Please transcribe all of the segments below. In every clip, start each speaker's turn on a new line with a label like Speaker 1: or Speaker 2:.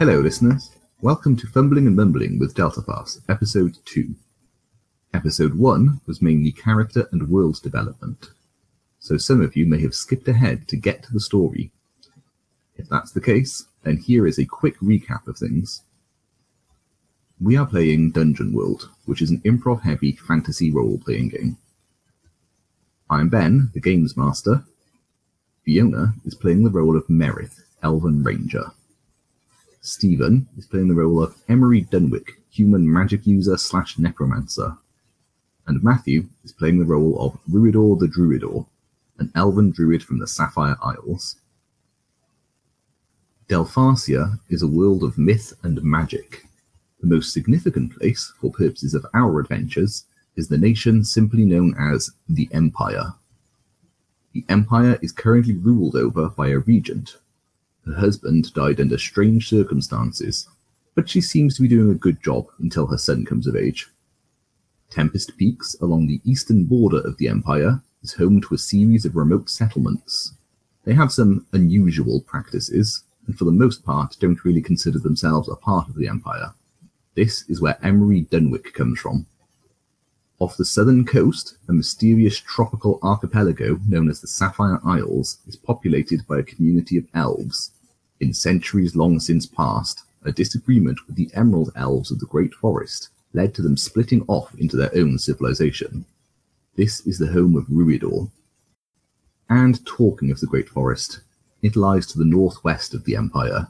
Speaker 1: Hello, listeners. Welcome to Fumbling and Mumbling with DeltaFast, Episode 2. Episode 1 was mainly character and world development, so some of you may have skipped ahead to get to the story. If that's the case, then here is a quick recap of things. We are playing Dungeon World, which is an improv heavy fantasy role playing game. I'm Ben, the games master. Fiona is playing the role of Merith, Elven Ranger. Stephen is playing the role of Emery Dunwick, human magic user slash necromancer. And Matthew is playing the role of Ruidor the Druidor, an elven druid from the Sapphire Isles. Delphasia is a world of myth and magic. The most significant place, for purposes of our adventures, is the nation simply known as the Empire. The Empire is currently ruled over by a regent, her husband died under strange circumstances, but she seems to be doing a good job until her son comes of age. Tempest Peaks, along the eastern border of the Empire, is home to a series of remote settlements. They have some unusual practices, and for the most part don't really consider themselves a part of the Empire. This is where Emery Dunwick comes from. Off the southern coast, a mysterious tropical archipelago known as the Sapphire Isles is populated by a community of elves. In centuries long since past, a disagreement with the Emerald Elves of the Great Forest led to them splitting off into their own civilization. This is the home of Ruidor. And talking of the Great Forest, it lies to the northwest of the Empire.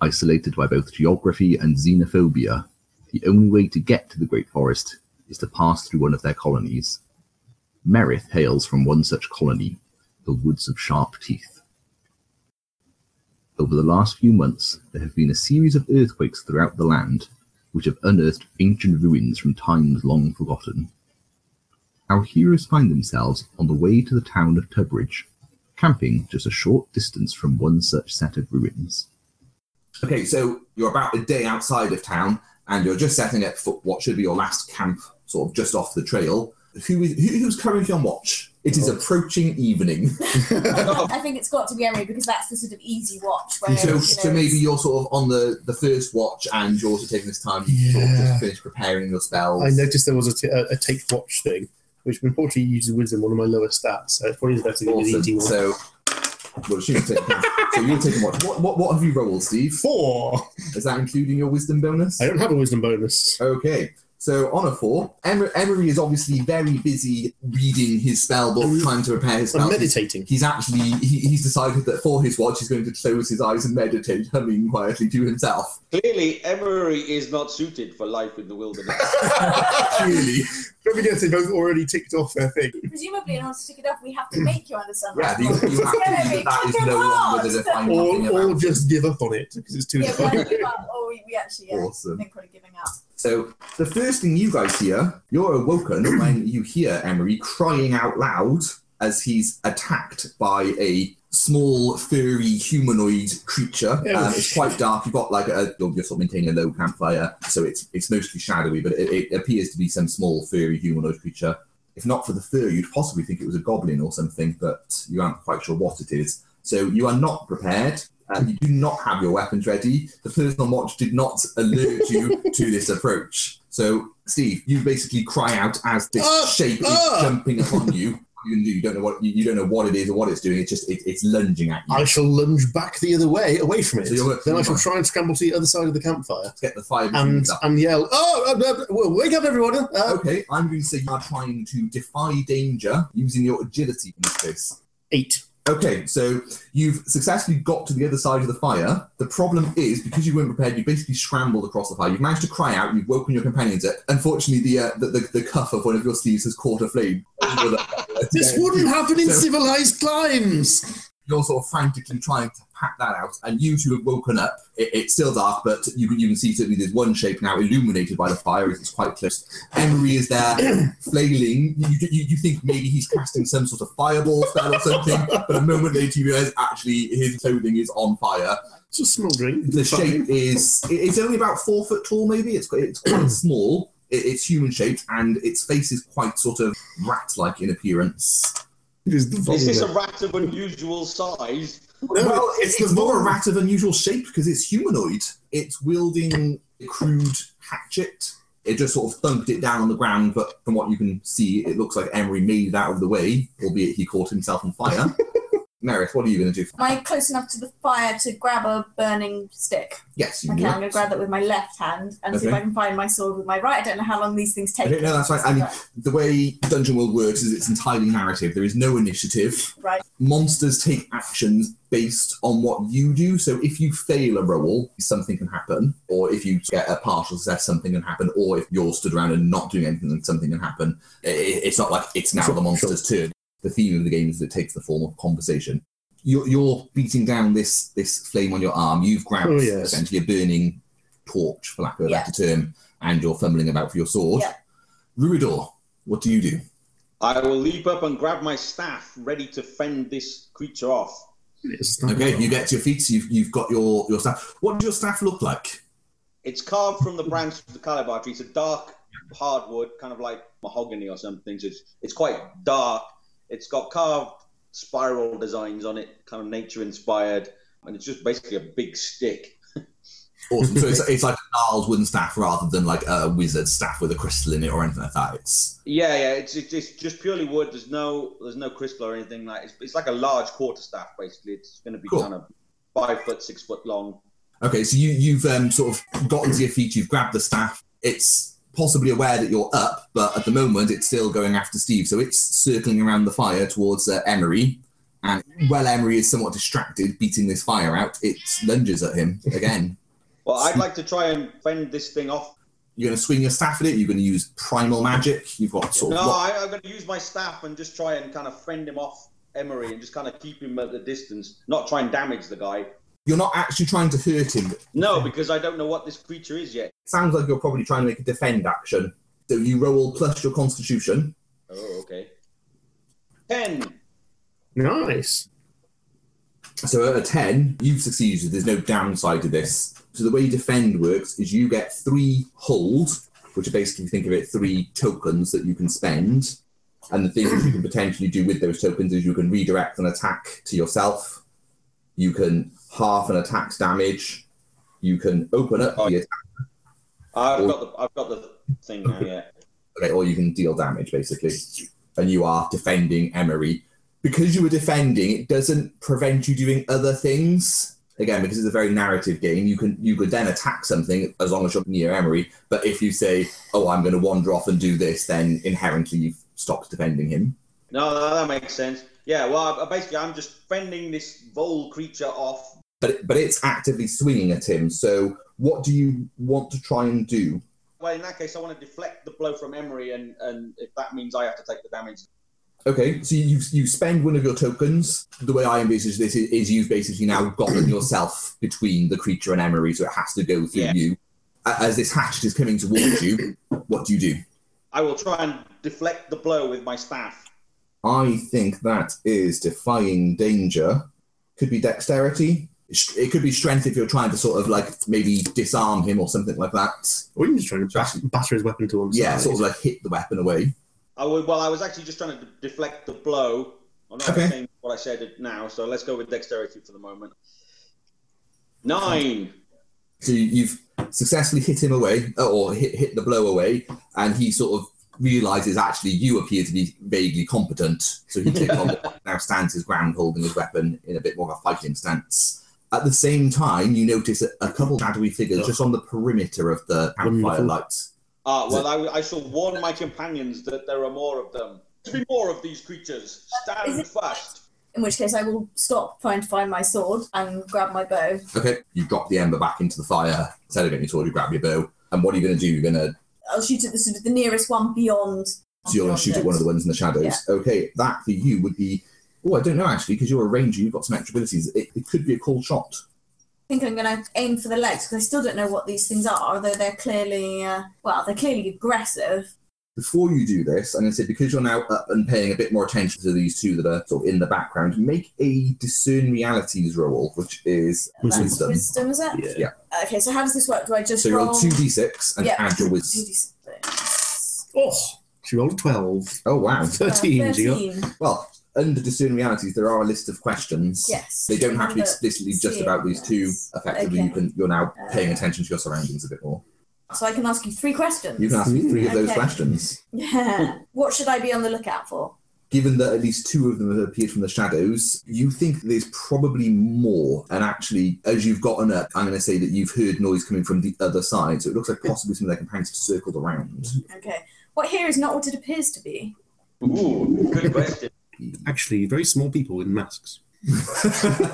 Speaker 1: Isolated by both geography and xenophobia, the only way to get to the Great Forest is to pass through one of their colonies. Merith hails from one such colony, the Woods of Sharp Teeth. Over the last few months, there have been a series of earthquakes throughout the land, which have unearthed ancient ruins from times long forgotten. Our heroes find themselves on the way to the town of Tubridge, camping just a short distance from one such set of ruins.
Speaker 2: Okay, so you're about a day outside of town, and you're just setting up for what should be your last camp, sort of just off the trail. Who is who, who's currently on watch? It
Speaker 1: Oh.
Speaker 2: is approaching evening,
Speaker 3: I think it's got to be Emery because that's the sort of easy watch. Where, you
Speaker 2: Oh. so,
Speaker 3: know,
Speaker 2: so maybe you're sort of on the, the first watch, and you're also taking this time to sort of
Speaker 4: Yeah.
Speaker 2: just finish preparing your spells.
Speaker 4: I noticed there was a, t- a, a take watch thing, which unfortunately uses wisdom, one of my lower stats, so it probably is better to do the easy
Speaker 2: Awesome.
Speaker 4: one.
Speaker 2: So, well, she was taking, so you're taking watch. What, what what have you rolled, Steve?
Speaker 4: Four!
Speaker 2: Is that including your wisdom bonus?
Speaker 4: I don't have a wisdom bonus.
Speaker 2: Okay. So on a four, Emer- Emery is obviously very busy reading his spell book,
Speaker 4: I'm-
Speaker 2: trying to prepare his
Speaker 4: I'm
Speaker 2: spell.
Speaker 4: meditating.
Speaker 2: He's actually he, he's decided that for his watch he's going to close his eyes and meditate, humming quietly to himself.
Speaker 5: Clearly, Emery is not suited for life in the wilderness.
Speaker 2: Clearly,
Speaker 4: Don't forget, they both already ticked off their thing.
Speaker 3: presumably, in order to tick it off, we have to make you understand.
Speaker 2: yeah,
Speaker 3: that.
Speaker 2: you, you have to
Speaker 3: Yeah,
Speaker 2: believe that that is
Speaker 3: fucking
Speaker 2: no longer
Speaker 3: hard.
Speaker 2: the defining
Speaker 4: Or,
Speaker 2: thing
Speaker 4: or
Speaker 2: about
Speaker 4: just give up on it, because it's too
Speaker 3: Yeah, we
Speaker 4: difficult.
Speaker 3: have to give up, or we, we actually yeah,
Speaker 2: awesome.
Speaker 3: think we're giving up.
Speaker 2: So the first thing you guys hear, you're awoken when you hear Emery crying out loud as he's attacked by a small furry humanoid creature.
Speaker 4: Oh,
Speaker 2: Um, it's quite dark. You've got like a you're, you're sort of maintaining a low campfire, so it's it's mostly shadowy, but it, it appears to be some small furry humanoid creature. If not for the fur, you'd possibly think it was a goblin or something, but you aren't quite sure what it is. So you are not prepared. Uh, you do not have your weapons ready. The person on watch did not alert you to this approach. So, Steve, you basically cry out as this
Speaker 4: Ah!
Speaker 2: shape
Speaker 4: Ah!
Speaker 2: is jumping upon you. What You, do? you don't know what you, you don't know what it is or what it's doing. It's just it, it's lunging at you.
Speaker 4: I shall lunge back the other way, away from it.
Speaker 2: So you're-
Speaker 4: then I shall try and scramble to the other side of the campfire
Speaker 2: Let's get the five
Speaker 4: and,
Speaker 2: minutes up.
Speaker 4: and yell, Oh, uh, uh, well, wake up, everyone! Uh,
Speaker 2: Okay, I'm going to say you are trying to defy danger using your agility in this case.
Speaker 4: eight.
Speaker 2: Okay, so you've successfully got to the other side of the fire. The problem is because you weren't prepared, you basically scrambled across the fire. You've managed to cry out. You've woken your companions up. Unfortunately, the uh, the, the, the cuff of one of your sleeves has caught a flame.
Speaker 4: This wouldn't happen in
Speaker 2: So-
Speaker 4: civilized climes!
Speaker 2: You're sort of frantically trying to pat that out, and you two have woken up. It, it's still dark, but you can you can see certainly there's one shape now illuminated by the fire. It's quite close. Emery is there, flailing. You, you, you think maybe he's casting some sort of fireball spell or something, but a moment later you realize actually his clothing is on fire.
Speaker 4: It's a smoldering.
Speaker 2: The
Speaker 4: Fine.
Speaker 2: shape is it- it's only about four foot tall, maybe. It's quite, it's quite small. It, it's human shaped, and its face is quite sort of rat like in appearance.
Speaker 4: It is the
Speaker 5: is this a
Speaker 4: vulgar.
Speaker 5: rat of unusual size?
Speaker 2: well, it's, it's not a rat of unusual shape because it's humanoid. It's wielding a crude hatchet. It just sort of thunked it down on the ground, but from what you can see, it looks like Emery made it out of the way, albeit he caught himself on fire. Merrick, what are you going to do?
Speaker 3: Am I close enough to the fire to grab a burning stick?
Speaker 2: Yes, you
Speaker 3: Okay,
Speaker 2: do
Speaker 3: I'm going to grab that with my left hand and see if
Speaker 2: Okay.
Speaker 3: I can find my sword with my right. I don't know how long these things take.
Speaker 2: I don't know, that's right. I mean, the way Dungeon World works is it's entirely narrative. There is no initiative.
Speaker 3: Right.
Speaker 2: Monsters take actions based on what you do. So if you fail a roll, something can happen. Or if you get a partial success, something can happen. Or if you're stood around and not doing anything, then something can happen. I- I- It's not like it's now the monster's turn. The theme of the game is that it takes the form of conversation. You're, you're beating down this this flame on your arm. You've grabbed
Speaker 4: Oh, yes.
Speaker 2: essentially a burning torch, for lack of a
Speaker 3: Yeah.
Speaker 2: better term, and you're fumbling about for your sword.
Speaker 3: Yeah.
Speaker 2: Ruidor, what do you do?
Speaker 5: I will leap up and grab my staff, ready to fend this creature off.
Speaker 4: It's not
Speaker 2: Okay, you get to your feet. So you've, you've got your, your staff. What does your staff look like?
Speaker 5: It's carved from the branch of the calabar tree. It's a dark hardwood, kind of like mahogany or something. So it's, it's quite dark. It's got carved spiral designs on it, kind of nature inspired. And it's just basically a big stick.
Speaker 2: Awesome. so it's, it's like a gnarled wooden staff rather than like a wizard staff with a crystal in it or anything like that. It's
Speaker 5: Yeah, yeah, it's, it's, it's just purely wood. There's no there's no crystal or anything like it's, it's like a large quarter staff basically. It's going to be
Speaker 2: Cool.
Speaker 5: kind of five foot, six foot long.
Speaker 2: okay. So you you've um, sort of gotten to your feet. You've grabbed the staff. It's possibly aware that you're up, but at the moment it's still going after Steve. So it's circling around the fire towards uh, Emery. And while Emery is somewhat distracted, beating this fire out, it lunges at him again.
Speaker 5: Well, I'd like to try and fend this thing off
Speaker 2: You're going to swing your staff at it. You're going to use primal magic. You've got sort of
Speaker 5: No,
Speaker 2: lock-
Speaker 5: I, I'm going to use my staff and just try and kind of fend him off Emery and just kind of keep him at the distance, not try and damage the guy.
Speaker 2: You're not actually trying to hurt him.
Speaker 5: No, because I don't know what this creature is yet.
Speaker 2: Sounds like you're probably trying to make a defend action. So you roll plus your constitution.
Speaker 5: Oh, okay. Ten.
Speaker 4: nice.
Speaker 2: So at a 10, you've succeeded. There's no downside to this. So the way defend works is you get three hold, which are basically, if you think of it, three tokens that you can spend. And the things you can potentially do with those tokens is you can redirect an attack to yourself. You can half an attack's damage. You can open up the attack,
Speaker 5: I've got the I've got the thing now. Yeah.
Speaker 2: Oh. okay, or you can deal damage, basically. And you are defending Emery. Because you were defending, it doesn't prevent you doing other things. again because it's a very narrative game you can you could then attack something as long as you're near emery but if you say oh i'm going to wander off and do this then inherently you've stopped defending him
Speaker 5: No, no, that makes sense. Yeah. Well, I, basically, I'm just fending this vole creature off.
Speaker 2: but but it's actively swinging at him so what do you want to try and do
Speaker 5: Well, in that case, I want to deflect the blow from Emery, and and if that means I have to take the damage,
Speaker 2: okay so you you spend one of your tokens the way i envisage this is, is you've basically now gotten yourself between the creature and emery so it has to go through
Speaker 5: Yeah.
Speaker 2: you A- as this hatchet is coming towards you what do you do
Speaker 5: I will try and deflect the blow with my staff.
Speaker 2: I think that is defying danger. Could be dexterity. Sh- It could be strength if you're trying to sort of like maybe disarm him or something like that.
Speaker 4: Or even just trying to batter, batter his weapon to one
Speaker 2: Yeah,
Speaker 4: side.
Speaker 2: sort of like hit the weapon away.
Speaker 5: I would, well, I was actually just trying to de- deflect the blow. I'm not
Speaker 2: Okay.
Speaker 5: saying what I said now, so let's go with dexterity for the moment. Nine.
Speaker 2: So you- you've successfully hit him away uh, or hit, hit the blow away, and he sort of realizes actually you appear to be vaguely competent. So he kicks on the now stands his ground holding his weapon in a bit more of a fighting stance. At the same time, you notice a, a couple shadowy figures just on the perimeter of the campfire
Speaker 4: Wonderful.
Speaker 2: lights.
Speaker 5: Ah, well, I, I shall warn my companions that there are more of them. There be more of these creatures.
Speaker 3: Is
Speaker 5: Stand
Speaker 3: it-
Speaker 5: fast.
Speaker 3: In which case, I will stop trying to find my sword and grab my bow.
Speaker 2: Okay, you drop the ember back into the fire. Instead of getting your sword, you grab your bow. And what are you going to do? You're going to
Speaker 3: I'll shoot at the sort of the nearest one beyond.
Speaker 2: so you're going to shoot at one of the ones in the shadows. Okay, that for you would be. Oh, I don't know actually, because you're a ranger. You've got some extra abilities. It, it could be a cool shot.
Speaker 3: I think I'm going to aim for the legs because I still don't know what these things are, although they're clearly, uh, well, they're clearly aggressive.
Speaker 2: Before you do this, I'm going to say because you're now up and paying a bit more attention to these two that are sort of in the background, make a discern realities roll, which is
Speaker 3: That's
Speaker 2: wisdom.
Speaker 3: Wisdom, is it?
Speaker 4: Yeah.
Speaker 2: Yeah.
Speaker 3: Okay, so how does this work? Do I just
Speaker 2: So
Speaker 3: roll?
Speaker 2: roll two d6 and
Speaker 3: Yeah.
Speaker 2: add your wisdom.
Speaker 3: 2d6.
Speaker 4: Oh, she rolled 12.
Speaker 2: Oh wow!
Speaker 4: 13.
Speaker 3: Uh,
Speaker 4: she got.
Speaker 3: 13.
Speaker 2: Well, under discern realities, there are a list of questions.
Speaker 3: Yes. uh,
Speaker 2: They don't have to be
Speaker 3: Under
Speaker 2: explicitly just
Speaker 3: seeing,
Speaker 2: about these two.
Speaker 3: yes.
Speaker 2: Effectively,
Speaker 3: Okay.
Speaker 2: you can, you're now
Speaker 3: Uh,
Speaker 2: paying attention to your surroundings a bit more.
Speaker 3: So I can ask you three questions.
Speaker 2: You can ask me three of those
Speaker 3: Mm, Okay.
Speaker 2: questions.
Speaker 3: Yeah. What should I be on the lookout for?
Speaker 2: Given that at least two of them have appeared from the shadows, you think there's probably more. And actually, as you've gotten up, I'm going to say that you've heard noise coming from the other side. So it looks like possibly some of their companions have circled around.
Speaker 3: Okay. What here is not what it appears to be.
Speaker 5: Ooh, good question.
Speaker 4: Actually, very small people in masks.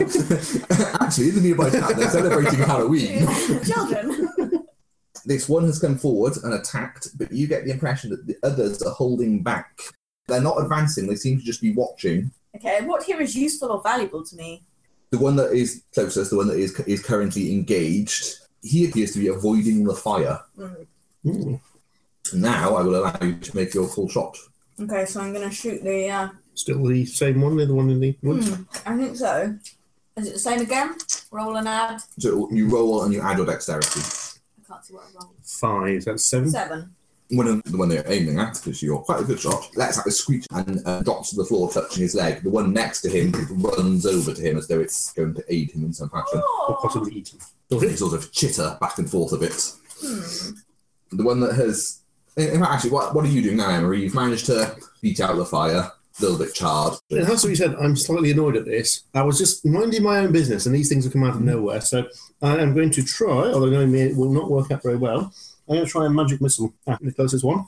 Speaker 2: actually, in the nearby town, they're celebrating Halloween.
Speaker 3: Children.
Speaker 2: This one has come forward and attacked, but you get the impression that the others are holding back. They're not advancing, they seem to just be watching.
Speaker 3: Okay. What here is useful or valuable to me?
Speaker 2: The one that is closest, the one that is is currently engaged, he appears to be avoiding the fire.
Speaker 3: Mm.
Speaker 4: Hmm.
Speaker 2: Now I will allow you to make your full shot.
Speaker 3: Okay, so I'm going to shoot the. Uh,
Speaker 4: Still the same one, the one in the woods.
Speaker 3: hmm, I think so. Is it the same again? Roll and add.
Speaker 2: So you roll and you add your dexterity.
Speaker 3: I can't see what I rolled.
Speaker 4: Five, that's seven.
Speaker 3: Seven.
Speaker 2: One of the one they're aiming at, because you're quite a good shot, lets out a screech and uh, drops to the floor, touching his leg. The one next to him runs over to him as though it's going to aid him in some fashion.
Speaker 4: Or
Speaker 3: Oh.
Speaker 4: possibly eaten.
Speaker 2: They sort of chitter back and forth a bit.
Speaker 3: Hmm.
Speaker 2: The one that has, in in fact, actually, what, what are you doing now, Emery? You've managed to beat out the fire, a little bit charred.
Speaker 4: It has to be said, I'm slightly annoyed at this. I was just minding my own business, and these things have come out of nowhere. So I am going to try, although knowing me, it will not work out very well. I'm going to try a magic missile at the closest one.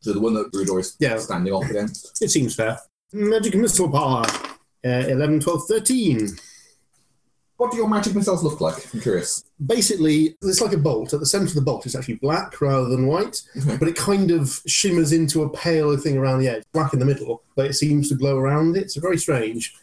Speaker 2: So the one that Rudor is
Speaker 4: Yeah.
Speaker 2: standing off against.
Speaker 4: It seems fair. Magic missile power. Uh, 11, 12, 13.
Speaker 2: What do your magic missiles look like? I'm curious.
Speaker 4: Basically, it's like a bolt. At the center of the bolt, it's actually black rather than white,
Speaker 2: Mhm.
Speaker 4: but it kind of shimmers into a paler thing around the edge. Black in the middle, but it seems to glow around it. It's very strange.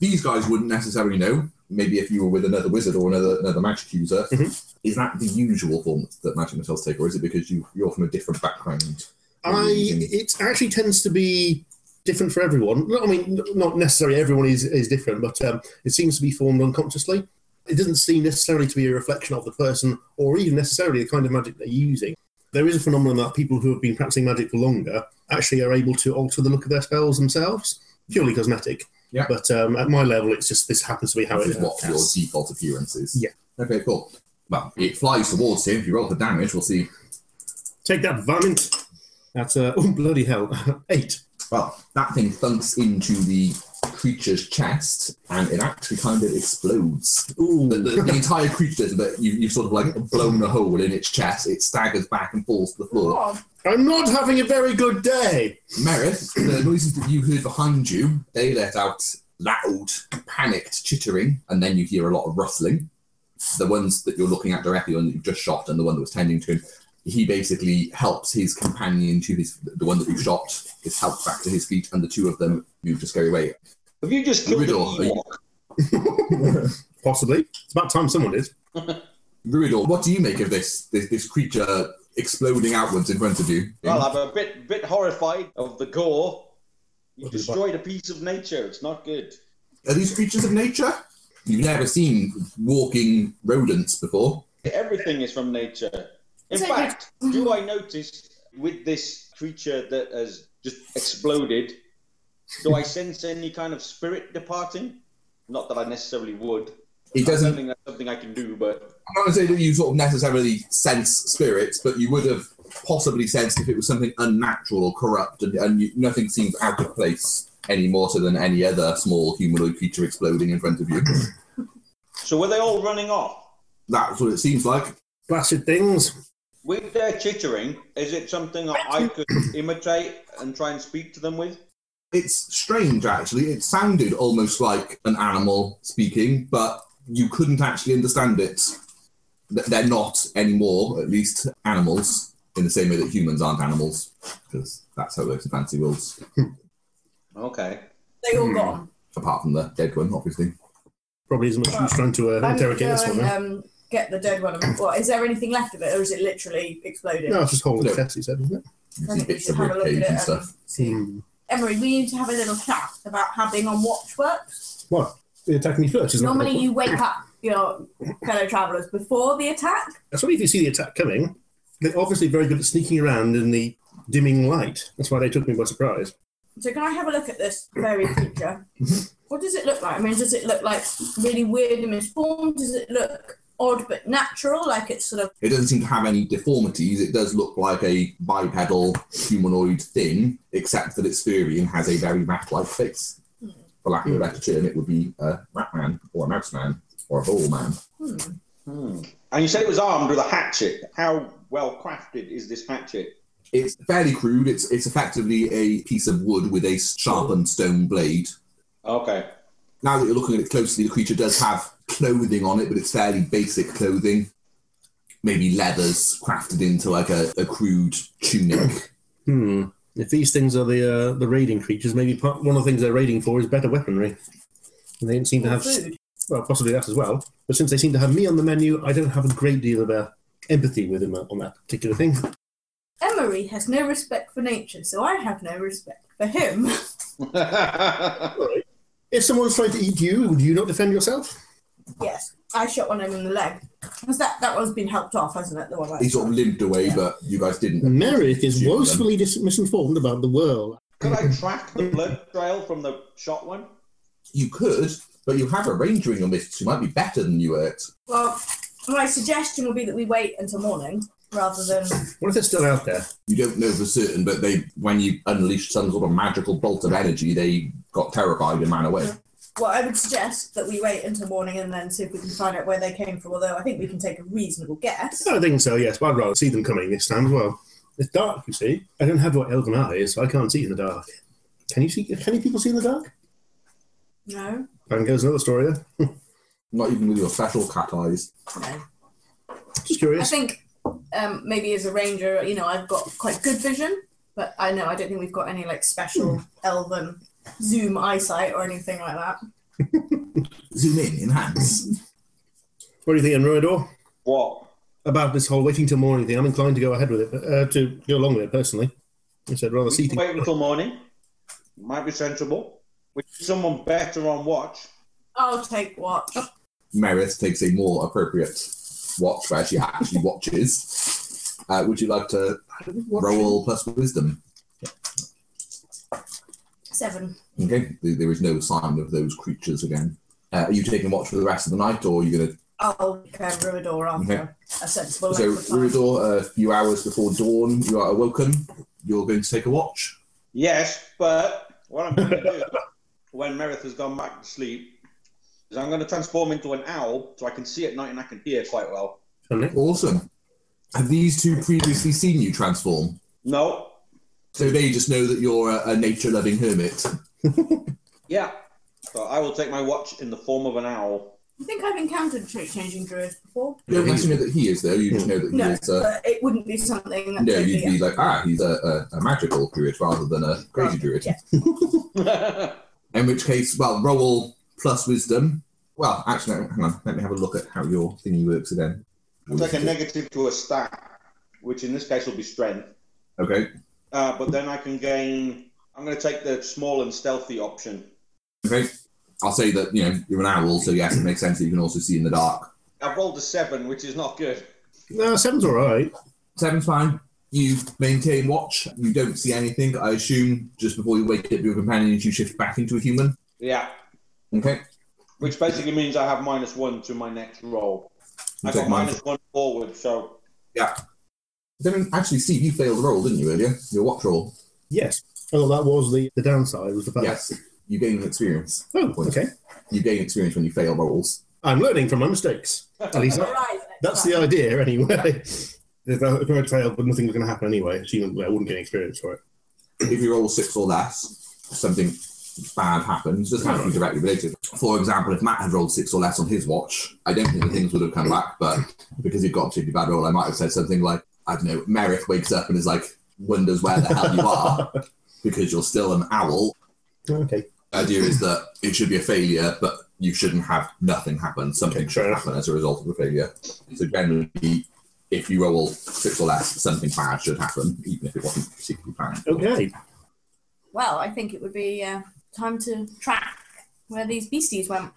Speaker 2: These guys wouldn't necessarily know. Maybe if you were with another wizard or another another magic user,
Speaker 4: Mhm.
Speaker 2: is that the usual form that magic missiles take, or is it because you you're from a different background?
Speaker 4: I
Speaker 2: Mm-hmm.
Speaker 4: it actually tends to be different for everyone. No, I mean, n- not necessarily everyone is, is different, but um, it seems to be formed unconsciously. It doesn't seem necessarily to be a reflection of the person or even necessarily the kind of magic they're using. There is a phenomenon that people who have been practicing magic for longer actually are able to alter the look of their spells themselves, purely cosmetic.
Speaker 2: Yeah.
Speaker 4: But um, at my level, it's just this happens to be how
Speaker 2: Which
Speaker 4: it
Speaker 2: is what your
Speaker 4: is.
Speaker 2: default appearance is.
Speaker 4: Oh, Yeah.
Speaker 2: Okay, cool. Well, it flies towards him. If you roll for damage, we'll see.
Speaker 4: Take that, varmint. That's uh, oh bloody hell, eight.
Speaker 2: Well, that thing thunks into the creature's chest, and it actually kind of explodes.
Speaker 4: Ooh,
Speaker 2: The, the, the entire creature does, but you, you've sort of like blown a hole in its chest. It staggers back and falls to the floor.
Speaker 3: Oh,
Speaker 4: I'm not having a very good day.
Speaker 2: Merith, the noises that you heard behind you, they let out loud, panicked chittering, and then you hear a lot of rustling. The ones that you're looking at directly, the one that you've just shot, and the one that was tending to him, he basically helps his companion to his, the one that you shot, is helped back to his feet, and the two of them move to scurry away.
Speaker 5: Have you just killed an
Speaker 2: Riddle, are you-
Speaker 5: Ewok?
Speaker 4: Possibly. It's about time someone did.
Speaker 2: Ruidor, what do you make of this, this this creature exploding outwards in front of you?
Speaker 5: Well, I'm a bit bit horrified of the gore. You
Speaker 4: What is that?
Speaker 5: destroyed a piece of nature. It's not good.
Speaker 2: Are these creatures of nature? You've never seen walking rodents before.
Speaker 5: Everything is from nature. In
Speaker 3: Is it
Speaker 5: fact, do I notice with this creature that has just exploded, do I sense any kind of spirit departing? Not that I necessarily would.
Speaker 2: It
Speaker 5: I
Speaker 2: doesn't
Speaker 5: don't think that's something I can do, but
Speaker 2: I'm not going to say that you sort of necessarily sense spirits, but you would have possibly sensed if it was something unnatural or corrupt, and, and you, nothing seems out of place any more so than any other small humanoid creature exploding in front of you.
Speaker 5: so were they all running off?
Speaker 2: That's what it seems like.
Speaker 4: Blasted things.
Speaker 5: With their chittering, is it something that I could imitate and try and speak to them with?
Speaker 2: It's strange, actually. It sounded almost like an animal speaking, but you couldn't actually understand it. Th- They're not anymore, at least animals, in the same way that humans aren't animals, because that's how it works in fantasy worlds.
Speaker 5: Okay.
Speaker 3: they all
Speaker 4: Hmm.
Speaker 3: gone.
Speaker 2: apart from the dead one, obviously.
Speaker 4: Probably isn't much use trying to uh,
Speaker 3: I'm
Speaker 4: interrogate this
Speaker 3: going,
Speaker 4: one. eh?
Speaker 3: um, get the dead one. What, is there anything left of it, or is it literally exploded?
Speaker 4: No, it's just holding
Speaker 2: No.
Speaker 4: the chest, he said, isn't it?
Speaker 3: I
Speaker 2: You see
Speaker 3: think we
Speaker 2: bits
Speaker 3: should
Speaker 2: of
Speaker 3: have a
Speaker 2: rib
Speaker 3: look at
Speaker 2: cage
Speaker 3: it.
Speaker 2: and
Speaker 3: And
Speaker 2: stuff.
Speaker 4: Hmm.
Speaker 3: see. Emery, we need to have a little chat about how being on watch works.
Speaker 4: What? They attack me first, isn't
Speaker 3: Normally,
Speaker 4: it?
Speaker 3: you wake up your fellow travellers before the attack.
Speaker 4: That's only if you see the attack coming. They're obviously very good at sneaking around in the dimming light. That's why they took me by surprise.
Speaker 3: So can I have a look at this fairy creature? what does it look like? I mean, does it look like really weird and misformed? Does it look odd but natural, like it's sort of
Speaker 2: It doesn't seem to have any deformities. It does look like a bipedal humanoid thing, except that it's furry and has a very rat-like face.
Speaker 3: Hmm.
Speaker 2: For lack of a better term, it would be a rat man or a mouse man or a ball man.
Speaker 3: hmm,
Speaker 5: Hmm. And you said it was armed with a hatchet. How well crafted is this hatchet?
Speaker 2: It's fairly crude. It's it's effectively a piece of wood with a sharpened stone blade.
Speaker 5: Okay.
Speaker 2: Now that you're looking at it closely, the creature does have clothing on it, but it's fairly basic clothing. Maybe leathers crafted into like a, a crude tunic.
Speaker 4: Hmm. If these things are the uh, the raiding creatures, maybe part, one of the things they're raiding for is better weaponry. And they don't seem to have
Speaker 3: food?
Speaker 4: well, possibly that as well. But since they seem to have me on the menu, I don't have a great deal of uh, empathy with them uh, on that particular thing.
Speaker 3: Emery has no respect for nature, so I have no respect for him.
Speaker 4: If someone's trying to eat you, would you not defend yourself?
Speaker 3: yes, I shot one of them in the leg. Because that, that one's been helped off, hasn't it? The one I
Speaker 2: He sort of limped away, but you guys
Speaker 4: Mm-hmm.
Speaker 2: didn't.
Speaker 4: Merrick is
Speaker 2: Shoot them.
Speaker 4: woefully dis- misinformed about the world.
Speaker 5: Could I track the blood trail from the shot one?
Speaker 2: You could, but you have a ranger in your midst who might be better than you at.
Speaker 3: Well, my suggestion would be that we wait until morning rather than.
Speaker 4: What if they're still out there?
Speaker 2: You don't know for certain, but they when you unleashed some sort of magical bolt of energy, they got terrified and ran away.
Speaker 3: Well, I would suggest that we wait until morning and then see if we can find out where they came from. Although I think we can take a reasonable guess.
Speaker 4: I think so, yes, but I'd rather see them coming this time as well. It's dark, you see. I don't have what elven eyes, so I can't see in the dark. Can you see? Can you people see in the dark?
Speaker 3: No,
Speaker 4: And goes another story there.
Speaker 2: Not even with your special cat eyes.
Speaker 3: no.
Speaker 4: Just
Speaker 3: I
Speaker 4: curious.
Speaker 3: think um, maybe as a ranger, you know, I've got quite good vision, but I know I don't think we've got any like
Speaker 2: Hmm.
Speaker 3: special elven zoom eyesight or anything like that.
Speaker 2: Zoom in, enhance.
Speaker 4: What do you think, Enroidor?
Speaker 5: What?
Speaker 4: About this whole waiting till morning thing, I'm inclined to go ahead with it, uh, to go along with it personally. I said rather see
Speaker 5: We can
Speaker 4: things.
Speaker 5: wait until morning. Might be sensible. With someone better on watch.
Speaker 3: I'll take watch.
Speaker 2: Oh. Merith takes a more appropriate watch where she actually watches. Uh, would you like to roll plus wisdom?
Speaker 3: Seven.
Speaker 2: Okay, there there is no sign of those creatures again. Uh, are you taking watch for the rest of the night, or are you going to
Speaker 3: I'll pick um, Ruidor after
Speaker 2: Okay.
Speaker 3: a sensible
Speaker 2: So,
Speaker 3: length of time.
Speaker 2: Ruidor, a few hours before dawn, you are awoken. You're going to take a watch.
Speaker 5: Yes, but what I'm going to do when Merith has gone back to sleep is I'm going to transform into an owl so I can see at night and I can hear quite well.
Speaker 4: Isn't it?
Speaker 2: Awesome. Have these two previously seen you transform?
Speaker 5: No.
Speaker 2: So they just know that you're a, a nature-loving hermit.
Speaker 5: Yeah. So I will take my watch in the form of an owl.
Speaker 3: I think I've encountered shape changing druids before.
Speaker 2: You don't actually know that he is, though. You just know that he
Speaker 3: No,
Speaker 2: is. Uh,
Speaker 3: but it wouldn't be something that
Speaker 2: no,
Speaker 3: took
Speaker 2: you'd
Speaker 3: me-
Speaker 2: be like, ah, he's a, a, a magical druid rather than a crazy druid.
Speaker 3: yeah.
Speaker 2: In which case, well, roll plus wisdom. Well, actually, no, hang on. Let me have a look at how your thingy works again.
Speaker 5: It's like a negative to a stat, which in this case will be strength.
Speaker 2: Okay.
Speaker 5: Uh, but then I can gain. I'm going to take the small and stealthy option.
Speaker 2: Okay. I'll say that, you know, you're an owl, so yes, it makes sense that you can also see in the dark.
Speaker 5: I've rolled a seven, which is not good.
Speaker 4: No, Uh, seven's all right.
Speaker 2: Seven's fine. You maintain watch. You don't see anything. I assume just before you wake up, your companions, you shift back into a human.
Speaker 5: Yeah,
Speaker 2: Okay.
Speaker 5: which basically means I have minus one to my next roll. I
Speaker 2: Take
Speaker 5: got
Speaker 2: mine.
Speaker 5: minus one forward, so
Speaker 2: Then actually, Steve, you failed the roll, didn't you, earlier? Your watch roll.
Speaker 4: Yes. Oh, that was the, the downside, was the fact.
Speaker 2: Yes. You gain experience.
Speaker 4: Oh, okay.
Speaker 2: You gain experience when you fail rolls.
Speaker 4: I'm learning from my mistakes. At least that-
Speaker 3: Right, next
Speaker 4: that's
Speaker 3: time.
Speaker 4: the idea, anyway. if I if I failed, but nothing was going to happen anyway. So you, I wouldn't get any experience for it.
Speaker 2: If you roll six or less, something bad happens. Doesn't
Speaker 4: Hmm.
Speaker 2: have to be directly related. For example, if Matt had rolled six or less on his watch, I don't think the things would have come back. But because he got a particularly bad roll, I might have said something like, I don't know, Merrick wakes up and is like, wonders where the hell you are. because you're still an owl.
Speaker 4: Okay.
Speaker 2: The idea is that it should be a failure, but you shouldn't have nothing happen. Something
Speaker 4: Okay,
Speaker 2: should
Speaker 4: fair
Speaker 2: happen as a result of the failure. So generally, if you roll six or less, something bad should happen, even if it wasn't particularly planned.
Speaker 4: Okay.
Speaker 3: Well, I think it would be uh, time to track where these beasties went,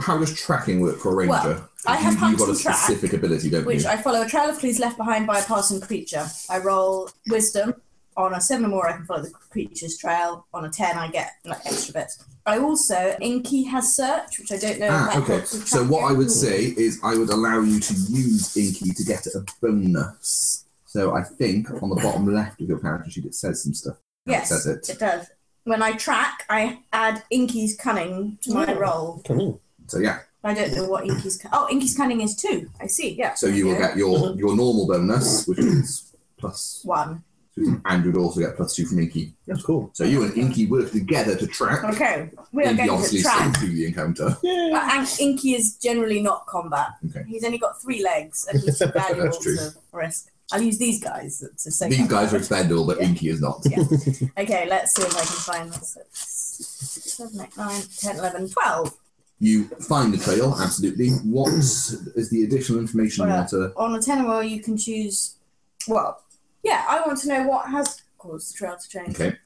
Speaker 2: How does tracking work for a ranger?
Speaker 3: Well, I have
Speaker 2: you, have got a
Speaker 3: hunts and track,
Speaker 2: specific ability, don't
Speaker 3: which
Speaker 2: you?
Speaker 3: I follow a trail of clues left behind by a passing creature. I roll wisdom on a seven or more, I can follow the creature's trail. On a ten, I get like extra bits. I also Inky has search, which I don't know. if
Speaker 2: Ah,
Speaker 3: that
Speaker 2: okay.
Speaker 3: helps with
Speaker 2: So what I
Speaker 3: tracking.
Speaker 2: would say is I would allow you to use Inky to get a bonus. So I think on the bottom left of your character sheet it says some stuff. It
Speaker 3: Yes,
Speaker 2: says it.
Speaker 3: it does. When I track, I add Inky's cunning to
Speaker 4: Oh.
Speaker 3: my roll.
Speaker 4: Cool.
Speaker 2: So yeah.
Speaker 3: I don't know what Inky's. Cun- oh, Inky's cunning is two. I see. Yeah.
Speaker 2: So you will
Speaker 3: Okay.
Speaker 2: get your your normal bonus, which is plus
Speaker 3: one.
Speaker 2: two, and you'd also get plus two from Inky.
Speaker 4: That's cool.
Speaker 2: So you and Inky work together to track.
Speaker 3: Okay, we are
Speaker 2: Inky
Speaker 3: going to
Speaker 2: obviously
Speaker 3: track.
Speaker 2: slipped through the encounter.
Speaker 4: Yeah.
Speaker 3: But An- Inky is generally not combat.
Speaker 2: Okay.
Speaker 3: He's only got three legs, and he's too valuable
Speaker 2: That's true.
Speaker 3: to risk. I'll use these guys to say.
Speaker 2: These guys are expendable, but
Speaker 3: Yeah.
Speaker 2: Inky is not.
Speaker 3: Yeah. Okay, let's see if I can find this. Six, seven, eight, nine, ten, eleven, twelve.
Speaker 2: You find the trail, absolutely. What is the additional information you
Speaker 3: Well,
Speaker 2: want to?
Speaker 3: On a ten or more, you can choose. Well, yeah, I want to know what has caused the trail to change.
Speaker 2: Okay.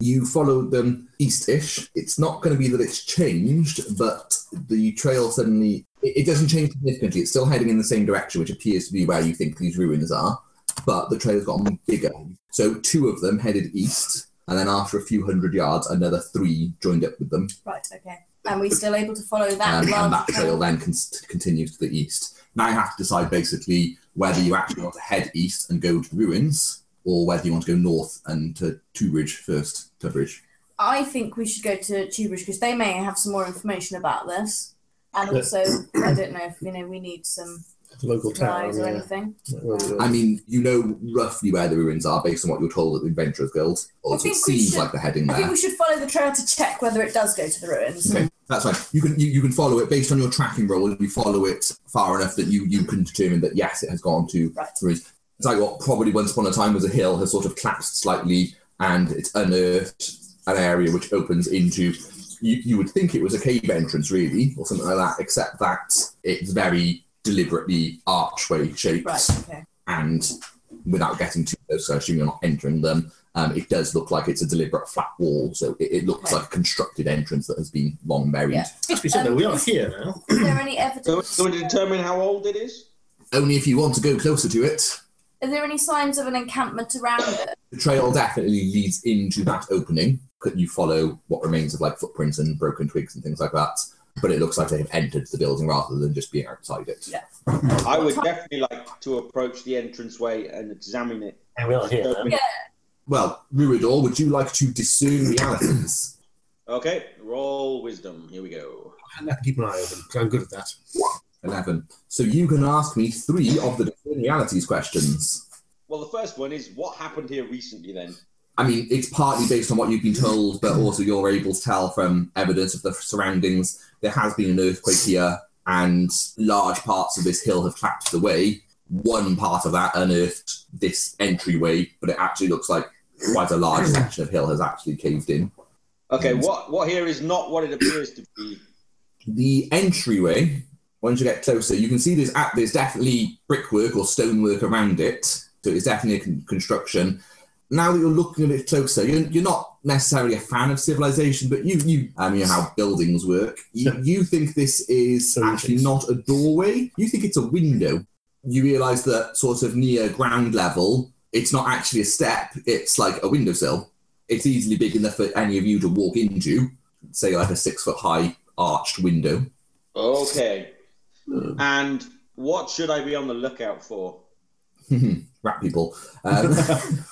Speaker 2: You followed them east-ish. It's not going to be that it's changed, but the trail suddenly it, it doesn't change significantly. It's still heading in the same direction, which appears to be where you think these ruins are. But the trail's gotten bigger. So two of them headed east, and then after a few hundred yards, another three joined up with them,
Speaker 3: Right. Okay. And we still able to follow that
Speaker 2: Um, and, and
Speaker 3: large
Speaker 2: that trail then con- continues to the east. Now you have to decide basically whether you actually want to head east and go to the ruins, or whether you want to go north and to Two Bridge first. Two Bridge.
Speaker 3: I think we should go to Tubridge because they may have some more information about this. And
Speaker 4: Yeah.
Speaker 3: also, I don't know if you know we need some
Speaker 4: The local town.
Speaker 3: supplies or
Speaker 4: Yeah.
Speaker 3: anything.
Speaker 4: Well,
Speaker 2: I mean, you know roughly where the ruins are based on what you're told at the Adventurers Guild, or
Speaker 3: I
Speaker 2: so it
Speaker 3: think we
Speaker 2: seems
Speaker 3: should-
Speaker 2: like they're heading
Speaker 3: I think
Speaker 2: there.
Speaker 3: we should follow the trail to check whether it does go to the ruins.
Speaker 2: Okay, that's fine. You can you, you can follow it based on your tracking roll. You follow it far enough that you you can determine that yes, it has gone to
Speaker 3: Right.
Speaker 2: the ruins. It's like what probably once upon a time was a hill has sort of collapsed slightly, and it's unearthed an area which opens into. You, you would think it was a cave entrance, really, or something like that, except that it's very deliberately archway shaped
Speaker 3: Right. Okay.
Speaker 2: and without getting too close, so I assume you're not entering them. Um, it does look like it's a deliberate flat wall, so it, it looks
Speaker 3: Okay.
Speaker 2: like a constructed entrance that has been long buried.
Speaker 3: Yeah.
Speaker 4: as we said, though, we are here now.
Speaker 3: Is there any
Speaker 5: So,
Speaker 3: evidence?
Speaker 5: so we determine how old it is.
Speaker 2: Only if you want to go closer to it,
Speaker 3: Are there any signs of an encampment around it?
Speaker 2: the trail definitely leads into that opening. Could You follow what remains of like footprints and broken twigs and things like that, but it looks like they have entered the building rather than just being outside it.
Speaker 3: Yeah.
Speaker 5: I would definitely like to approach the entranceway and examine it.
Speaker 6: And we are here now.
Speaker 2: Well, Ruidor, would you like to discern realities?
Speaker 5: Okay, roll wisdom. Here we go.
Speaker 4: And I can keep an eye open 'cause I'm good at that.
Speaker 2: 11. So you can ask me three of the discern realities questions.
Speaker 5: Well, the first one is what happened here recently. Then
Speaker 2: I mean, it's partly based on what you've been told, but also you're able to tell from evidence of the surroundings. There has been an earthquake here, and large parts of this hill have collapsed away. One part of that unearthed this entryway, but it actually looks like quite a large section of hill has actually caved in.
Speaker 5: Okay, what what here is not what it appears to be.
Speaker 2: The entryway, once you get closer, you can see there's, at- there's definitely brickwork or stonework around it. So it's definitely a con- construction. Now that you're looking a bit closer, you're, you're not necessarily a fan of civilization, but you you I mean how buildings work. You, you think this is
Speaker 4: So it
Speaker 2: actually
Speaker 4: is.
Speaker 2: not a doorway. You think it's a window. You realise that sort of near ground level, it's not actually a step. It's like a windowsill. It's easily big enough for any of you to walk into, say like a six foot high arched window.
Speaker 5: Okay, and what should I be on the lookout for?
Speaker 2: Rat people. Um,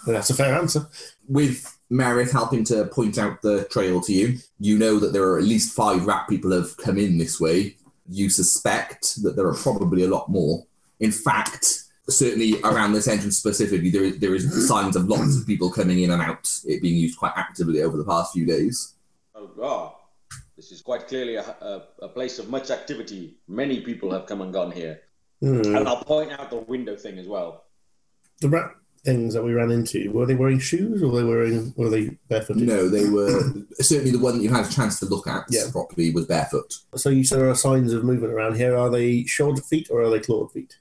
Speaker 4: That's a fair answer.
Speaker 2: with Merritt helping to point out the trail to you, you know that there are at least five rat people have come in this way. You suspect that there are probably a lot more. In fact, certainly around this entrance specifically, there is, there is signs of lots of people coming in and out. It being used quite actively over the past few days.
Speaker 5: Oh God, this is quite clearly a, a, a place of much activity. Many people have come and gone here,
Speaker 4: Hmm.
Speaker 5: and I'll point out the window thing as well.
Speaker 4: The rat things that we ran into were they wearing shoes or were they wearing were they barefooted?
Speaker 2: No, they were certainly the one that you had a chance to look at
Speaker 4: Yeah.
Speaker 2: properly was barefoot.
Speaker 4: So you said there are signs of movement around here. Are they shod feet or are they clawed feet?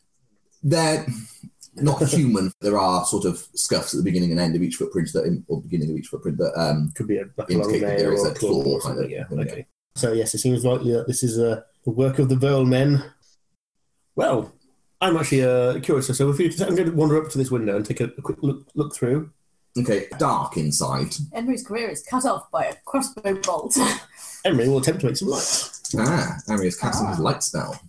Speaker 2: they're not human. There are sort of scuffs at the beginning and end of each footprint that, or beginning of each footprint that. Um,
Speaker 4: Could be a like a long
Speaker 2: Indicate that there
Speaker 4: nail
Speaker 2: is
Speaker 4: or
Speaker 2: a
Speaker 4: a claw
Speaker 2: claw
Speaker 4: or
Speaker 2: kind
Speaker 4: something.
Speaker 2: of
Speaker 4: Yeah.
Speaker 2: thing, yeah.
Speaker 4: Okay. So yes, it seems likely that this is uh, the work of the Burl men. Well, I'm actually uh, curious. So if you, I'm going to wander up to this window and take a, a quick look, look through.
Speaker 2: Okay, dark inside.
Speaker 3: Emery's career is cut off by a crossbow bolt.
Speaker 4: Emery will attempt to make some light.
Speaker 2: Ah, Emery is casting his
Speaker 3: Ah.
Speaker 2: light spell.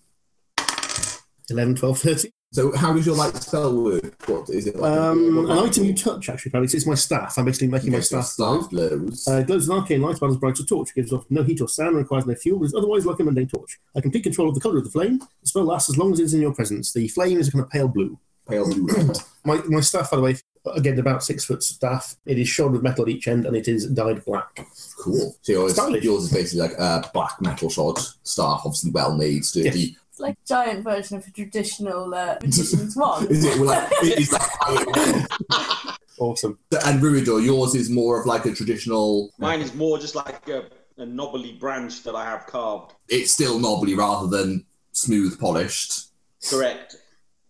Speaker 4: 11, 12, 13.
Speaker 2: So, how does your light spell work? What is it? Like
Speaker 4: Um, an
Speaker 2: what-
Speaker 4: item you touch, actually, apparently. So it's my staff. I'm basically making my
Speaker 2: Okay, so
Speaker 4: staff
Speaker 2: staff glows.
Speaker 4: Uh, it glows an arcane light about as bright as a torch. It gives off no heat or sound, requires no fuel, and is otherwise like a mundane torch. I complete control of the colour of the flame. The spell lasts as long as it is in your presence. The flame is a kind of pale blue.
Speaker 2: pale blue light.
Speaker 4: My, my staff, by the way, again, about six foot staff. It is shod with metal at each end and it is dyed black.
Speaker 2: Cool. So yours,
Speaker 4: Stylish.
Speaker 2: yours is basically like a black metal shod staff, obviously well made, sturdy.
Speaker 3: It's like a giant version of a traditional uh, magician's wand.
Speaker 2: Is it like it is like
Speaker 4: Awesome.
Speaker 2: and Ruidor, yours is more of like a traditional.
Speaker 5: Mine is more just like a, a knobbly branch that I have carved.
Speaker 2: It's still knobbly rather than smooth polished.
Speaker 5: Correct.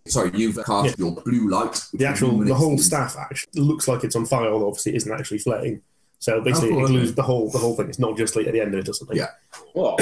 Speaker 2: Sorry, you've cast your blue light. which
Speaker 4: The actual, the
Speaker 2: illuminates
Speaker 4: whole staff actually looks like it's on fire, although obviously it isn't actually flaying. So basically,
Speaker 2: Oh,
Speaker 4: it
Speaker 2: okay.
Speaker 4: glues the whole the whole thing. It's not just like at the end of it or something.
Speaker 2: Yeah.
Speaker 5: Well,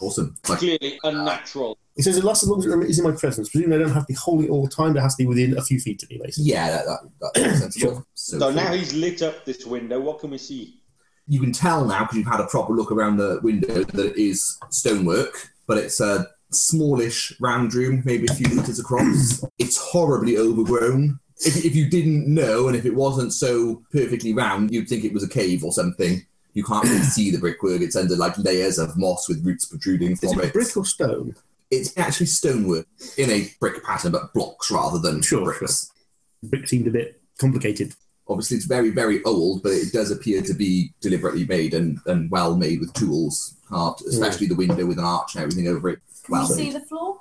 Speaker 2: Awesome. It's Like,
Speaker 5: clearly unnatural.
Speaker 4: It says it lasts as long as it remains in my presence. Presumably, I don't have to hold it all the time. It has to be within a few feet of me, basically.
Speaker 2: yeah, that, that, that makes sense.
Speaker 4: Sure.
Speaker 2: So,
Speaker 5: So now he's lit up this window. What can we see?
Speaker 2: you can tell now because you've had a proper look around the window that it is stonework, but it's a smallish round room, maybe a few meters across. It's horribly overgrown. If, if you didn't know and if it wasn't so perfectly round, you'd think it was a cave or something. You can't really see the brickwork. It's under like layers of moss with roots protruding
Speaker 4: Is
Speaker 2: from
Speaker 4: it
Speaker 2: it.
Speaker 4: brick or stone?
Speaker 2: It's actually stonework in a brick pattern, but blocks rather than
Speaker 4: Sure,
Speaker 2: bricks.
Speaker 4: Brick seemed a bit complicated.
Speaker 2: Obviously, it's very, very old, but it does appear to be deliberately made and, and well made with tools carved, especially the window with an arch and everything over it.
Speaker 3: Can
Speaker 2: Well,
Speaker 3: you see the floor?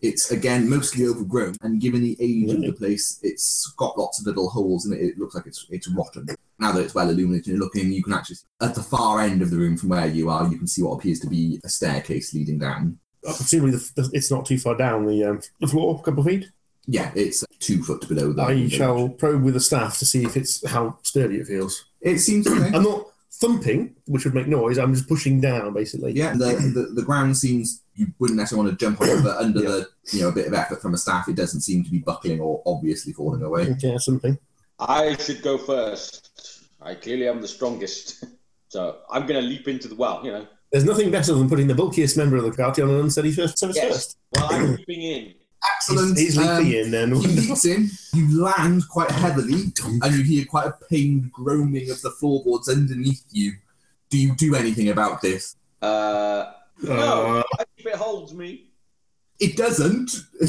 Speaker 2: it's again mostly overgrown, and given the age of
Speaker 4: Really?
Speaker 2: the place, it's got lots of little holes in it. It looks like it's it's rotten. Now that it's well illuminated and looking, you can actually see- at the far end of the room from where you are, you can see what appears to be a staircase leading down.
Speaker 4: Uh, presumably the, the, it's not too far down the, um, the floor, a couple of feet.
Speaker 2: Yeah, it's two foot below the.
Speaker 4: I
Speaker 2: window.
Speaker 4: shall probe with the staff to see if it's how sturdy it feels.
Speaker 2: It seems. okay.
Speaker 4: I'm not thumping, which would make noise. I'm just pushing down, basically.
Speaker 2: Yeah, the, the the ground seems you wouldn't necessarily want to jump on it, but under the you know a bit of effort from a staff, it doesn't seem to be buckling or obviously falling away.
Speaker 4: Okay, that's something.
Speaker 5: I should go first. I clearly am the strongest. So I'm going to leap into the well, you know.
Speaker 4: There's nothing better than putting the bulkiest member of the party on an unsteady surface surface
Speaker 5: Yes.
Speaker 4: first.
Speaker 5: Well, I'm leaping in.
Speaker 2: Excellent.
Speaker 4: He's, he's
Speaker 2: Um,
Speaker 4: leaping in then.
Speaker 2: he leaps in. You land quite heavily, and you hear quite a pained groaning of the floorboards underneath you. Do you do anything about this?
Speaker 5: Uh,
Speaker 4: Uh,
Speaker 5: no, I think it holds me.
Speaker 2: It doesn't.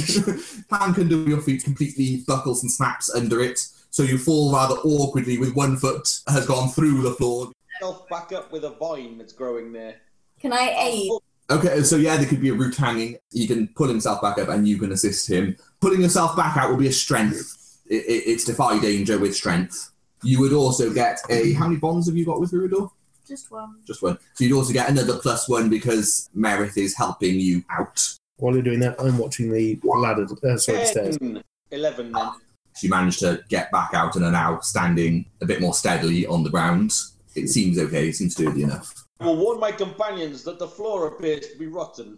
Speaker 2: Plank under your feet completely buckles and snaps under it, so you fall rather awkwardly with one foot has gone through the floor.
Speaker 5: Self back up with a vine that's growing there.
Speaker 3: Can I aid?
Speaker 2: Okay, so yeah, there could be a root hanging. He can pull himself back up, and you can assist him. Pulling yourself back out will be a strength. It, it, it's defy danger with strength. You would also get a how many bonds have you got with Ruidor?
Speaker 3: Just one.
Speaker 2: Just one. So you'd also get another plus one because Merith is helping you out.
Speaker 4: while you're doing that, I'm watching the ladder, uh, sorry, the stairs.
Speaker 5: 10, 11 then.
Speaker 2: She managed to get back out and are now standing a bit more steadily on the ground. It seems okay. It seems sturdy enough.
Speaker 5: I will warn my companions that the floor appears to be rotten.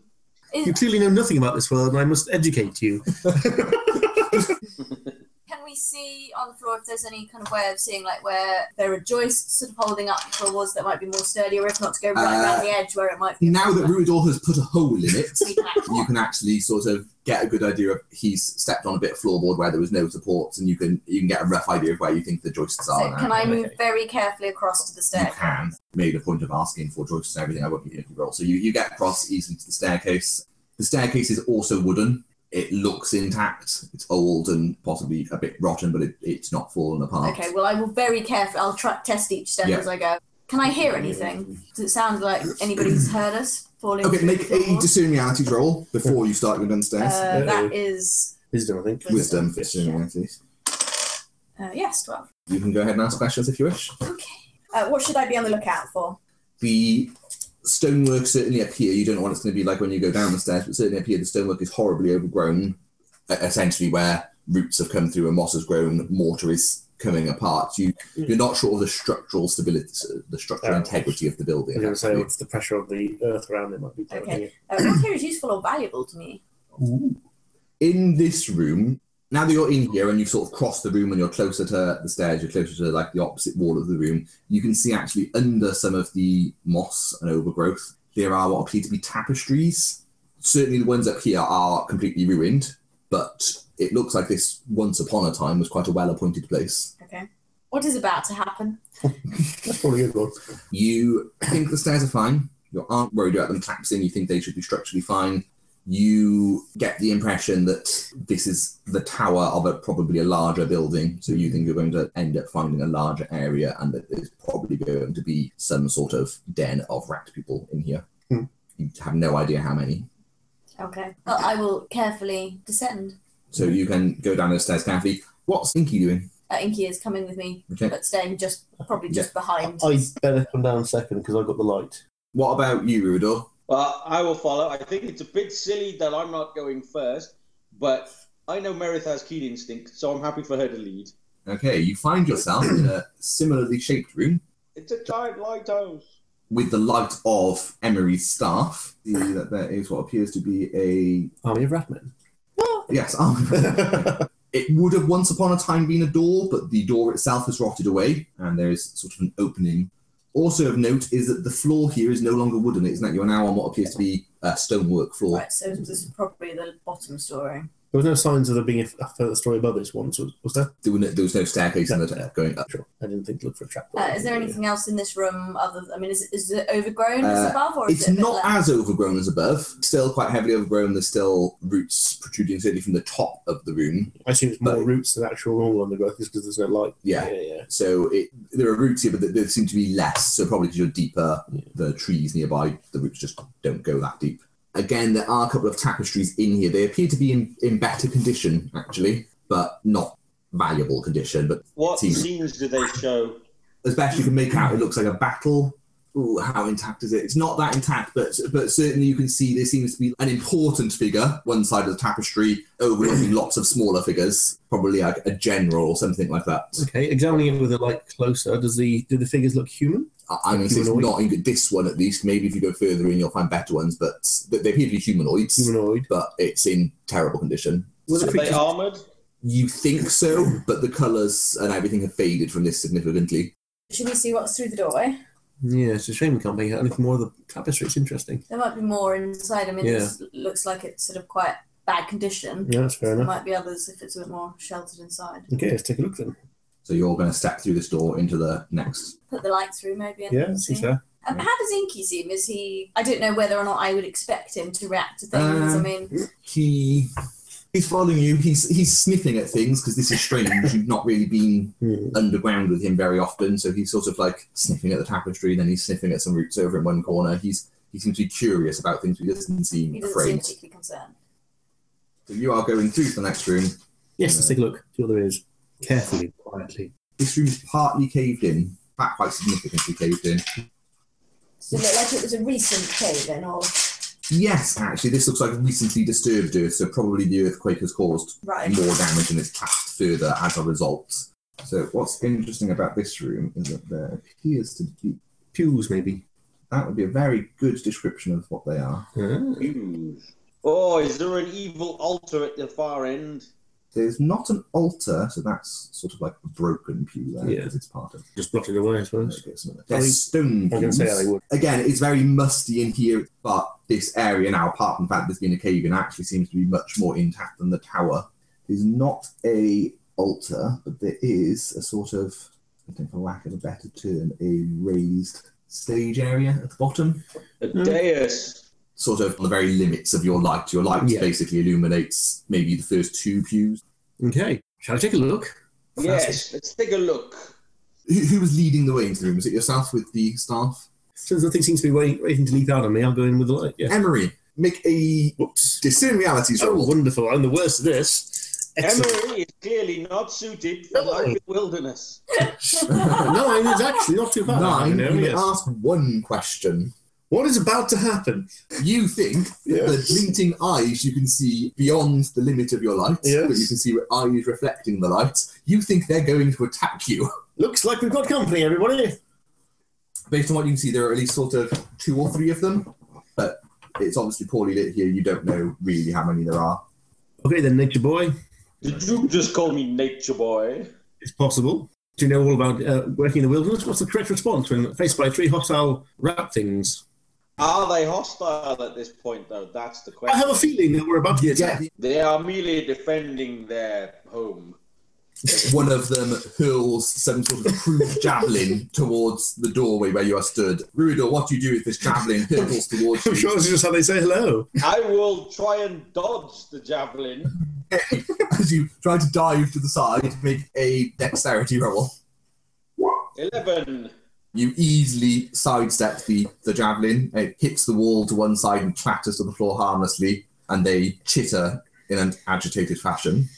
Speaker 4: You
Speaker 3: Is,
Speaker 4: clearly know nothing about this world, and I must educate you.
Speaker 3: can we see on the floor if there's any kind of way of seeing like where there are joists sort of holding up for walls that might be more sturdy, or if not to go right
Speaker 2: Uh,
Speaker 3: around the edge where it might be?
Speaker 2: Now that Ruidor has put a hole in it,
Speaker 3: We can act.
Speaker 2: you can actually sort of get a good idea of he's stepped on a bit of floorboard where there was no supports, and you can you can get a rough idea of where you think the joists are.
Speaker 3: So
Speaker 2: now.
Speaker 3: can I move very carefully across to the
Speaker 2: You
Speaker 3: staircase?
Speaker 2: can made a point of asking for joists and everything. I won't give you any roll. So you, you get across easily to the staircase. The staircase is also wooden. It looks intact. It's old and possibly a bit rotten, but it, it's not fallen apart.
Speaker 3: Okay, well, I will very carefully. I'll try test each step
Speaker 2: Yeah.
Speaker 3: as I go. Can I hear anything? Does it sound like anybody's heard us falling?
Speaker 2: Okay,
Speaker 3: through
Speaker 2: make
Speaker 3: the
Speaker 2: a
Speaker 3: floorboards?
Speaker 2: discernialities roll before you start going downstairs.
Speaker 3: Uh,
Speaker 4: Uh-oh.
Speaker 3: that is
Speaker 4: Wisdom, I think.
Speaker 2: Wisdom,
Speaker 4: Yeah.
Speaker 2: discernialities.
Speaker 3: uh, yes, twelve.
Speaker 2: You can go ahead and ask questions if you wish.
Speaker 3: Okay. Uh, what should I be on the lookout for?
Speaker 2: the stonework certainly up here, you don't know what it's going to be like when you go down the stairs, but certainly up here, the stonework is horribly overgrown, e- essentially where roots have come through and moss has grown, mortar is coming apart. You, you're not sure of the structural stability, the structural
Speaker 4: Mm. Yeah.
Speaker 2: integrity of the
Speaker 4: I was
Speaker 2: building.
Speaker 4: going to say, it's the pressure of the earth around it might be.
Speaker 3: Okay. Uh, what here is useful or valuable to me?
Speaker 2: In this room, now that you're in here and you've sort of crossed the room and you're closer to the stairs, you're closer to like the opposite wall of the room, you can see actually under some of the moss and overgrowth, there are what appear to be tapestries. Certainly the ones up here are completely ruined, but it looks like this once upon a time was quite a well appointed place.
Speaker 3: Okay. What is about to happen?
Speaker 4: That's probably a good one.
Speaker 2: You think the stairs are fine. You aren't worried about them collapsing. You think they should be structurally fine. You get the impression that this is the tower of a probably a larger building. So you think you're going to end up finding a larger area and that there's probably going to be some sort of den of rat people in here.
Speaker 4: Hmm.
Speaker 2: You have no idea how many.
Speaker 3: Okay. Well, Uh, I will carefully descend.
Speaker 2: So you can go down those stairs carefully. What's Inky doing?
Speaker 3: Uh, Inky is coming with me,
Speaker 2: Okay.
Speaker 3: but staying just probably just behind.
Speaker 4: I better come down second because I've got the light.
Speaker 2: What about you, Rudor?
Speaker 5: Well, I will follow. I think it's a bit silly that I'm not going first, but I know Merith has keen instinct, so I'm happy for her to lead.
Speaker 2: Okay, you find yourself in a similarly shaped room
Speaker 5: It's a giant lighthouse.
Speaker 2: with the light of Emery's staff. See that there is what appears to be a
Speaker 4: Army of Ratmen.
Speaker 2: yes. arm. it would have once upon a time been a door, but the door itself has rotted away, and there is sort of an opening. Also of note is that the floor here is no longer wooden. It's now you're now on what appears to be a stonework floor.
Speaker 3: Right, so this is probably the bottom story.
Speaker 4: There was no signs of there being a, a further story above this one, so was there?
Speaker 2: There, were no, there was no staircase in the going up.
Speaker 4: Sure. I didn't think to look for a trap.
Speaker 3: Uh, is there anything else in this room other? I mean, is, is it overgrown as
Speaker 2: Uh,
Speaker 3: above, or is
Speaker 2: It's
Speaker 3: it a bit
Speaker 2: not
Speaker 3: left?
Speaker 2: as overgrown as above. Still quite heavily overgrown. There's still roots protruding certainly from the top of the room.
Speaker 4: I assume it's more roots than actual normal undergrowth because there's no light.
Speaker 2: Yeah.
Speaker 4: yeah, yeah.
Speaker 2: So it, there are roots here, but there- there seem to be less. So probably because you're deeper, the trees nearby, the roots just don't go that deep. Again, there are a couple of tapestries in here. They appear to be in, in better condition, actually, but not valuable condition. But
Speaker 5: What
Speaker 2: Team.
Speaker 5: scenes do they show?
Speaker 2: as best you can make out, it looks like a battle. Ooh, how intact is it? It's not that intact, but but certainly you can see there seems to be an important figure one side of the tapestry overlooking lots of smaller figures, probably like a general or something like that.
Speaker 4: Okay, examining it with a light closer, does the do the figures look human?
Speaker 2: I- I mean, it's
Speaker 4: Humanoid.
Speaker 2: not in this one at least. Maybe if you go further in, you'll find better ones, but they they appear to be humanoids,
Speaker 4: Humanoid.
Speaker 2: but it's in terrible condition.
Speaker 4: Were the
Speaker 5: Are they
Speaker 4: creatures
Speaker 5: armored?
Speaker 2: You think so, but the colours and everything have faded from this significantly.
Speaker 3: Should we see what's through the doorway?
Speaker 4: Yeah, it's a shame we can't make out anything more of the tapestry. It's interesting.
Speaker 3: There might be more inside. I mean, this looks like it's sort of quite bad condition.
Speaker 4: Yeah, that's fair
Speaker 3: There
Speaker 4: enough.
Speaker 3: might be others if it's a bit more sheltered inside.
Speaker 4: Okay, let's take a look then.
Speaker 2: So you're going to step through this door into the next.
Speaker 3: Put the lights through, maybe. And
Speaker 4: Yeah, that seems
Speaker 3: see.
Speaker 4: fair.
Speaker 3: Um, how does Inky seem? Is he? I don't know whether or not I would expect him to react to things. I
Speaker 2: Um,
Speaker 3: mean,
Speaker 2: He he's following you. He's he's sniffing at things because this is strange. You've not really been
Speaker 4: Hmm.
Speaker 2: underground with him very often, so he's sort of like sniffing at the tapestry. Then he's sniffing at some roots over in one corner. He's he seems to be curious about things, but he doesn't seem
Speaker 3: he doesn't
Speaker 2: afraid.
Speaker 3: seem particularly concerned.
Speaker 2: So you are going through to the next room.
Speaker 4: Yes, let's take a look. See what there is. Carefully, quietly.
Speaker 2: This room is partly caved in, in fact, quite significantly caved in.
Speaker 3: So it looked like it was a recent cave, then, or
Speaker 2: Yes, actually, this looks like recently disturbed earth, so probably the earthquake has caused
Speaker 3: right?
Speaker 2: more damage and it's tapped further as a result. So, what's interesting about this room is that there appears to be
Speaker 4: Pews, maybe.
Speaker 2: that would be a very good description of what they are.
Speaker 4: Ah.
Speaker 5: Oh, is there an evil altar at the far end?
Speaker 2: There's not an altar, so that's sort of like a broken pew there
Speaker 4: Yeah.
Speaker 2: because it's part of.
Speaker 4: Just blotted away, I suppose.
Speaker 2: There's stone
Speaker 4: I was going to
Speaker 2: pews.
Speaker 4: say how they would.
Speaker 2: again, it's very musty in here, but this area now, apart from the fact there's been a cave in, actually seems to be much more intact than the tower. There's not a altar, but there is a sort of, I think for lack of a better term, a raised stage area at the bottom,
Speaker 5: A
Speaker 4: Hmm.
Speaker 5: dais.
Speaker 2: sort of on the very limits of your light. Your light
Speaker 4: Yeah.
Speaker 2: basically illuminates maybe the first two pews.
Speaker 4: Okay, shall I take a look?
Speaker 5: Yes, let's take a look.
Speaker 2: Who, who was leading the way into the room? Was it yourself with the staff?
Speaker 4: Since nothing seems to be waiting, waiting to leap out on me, I'll go in with the light. Yeah.
Speaker 2: Emery, make a
Speaker 4: Whoops.
Speaker 2: discern realities
Speaker 4: Oh,
Speaker 2: roll.
Speaker 4: wonderful. I'm the worst at this. Excellent.
Speaker 5: Emery is clearly not suited for
Speaker 4: No.
Speaker 5: life in the wilderness.
Speaker 4: Nine is actually not too bad.
Speaker 2: Nine,
Speaker 4: No,
Speaker 2: you
Speaker 4: yes.
Speaker 2: ask one question.
Speaker 4: What is about to happen?
Speaker 2: You think that the glinting eyes you can see beyond the limit of your light,
Speaker 4: Yes.
Speaker 2: but you can see eyes reflecting the light. You think they're going to attack you.
Speaker 4: Looks like we've got company, everybody.
Speaker 2: Based on what you can see, there are at least sort of two or three of them, but it's obviously poorly lit here. You don't know really how many there are.
Speaker 4: Okay, then, Nature Boy.
Speaker 5: Did you just call me nature boy?
Speaker 4: It's possible. Do you know all about uh, working in the wilderness? What's the correct response when faced by three hostile rat things?
Speaker 5: Are they hostile at this point, though? That's the
Speaker 4: I
Speaker 5: question.
Speaker 4: have a feeling that we're about to get
Speaker 2: Yeah,
Speaker 4: attacked.
Speaker 5: They are merely defending their home.
Speaker 2: one of them hurls some sort of crude javelin towards the doorway where you are stood. Ruidor, what do you do if this javelin hurtles towards
Speaker 4: I'm
Speaker 2: you?
Speaker 4: sure this is just how they say hello.
Speaker 5: I will try and dodge the javelin.
Speaker 2: As you try to dive to the side, make a dexterity roll.
Speaker 5: 11.
Speaker 2: You easily sidestep the, the javelin. It hits the wall to one side and clatters to the floor harmlessly, and they chitter in an agitated fashion.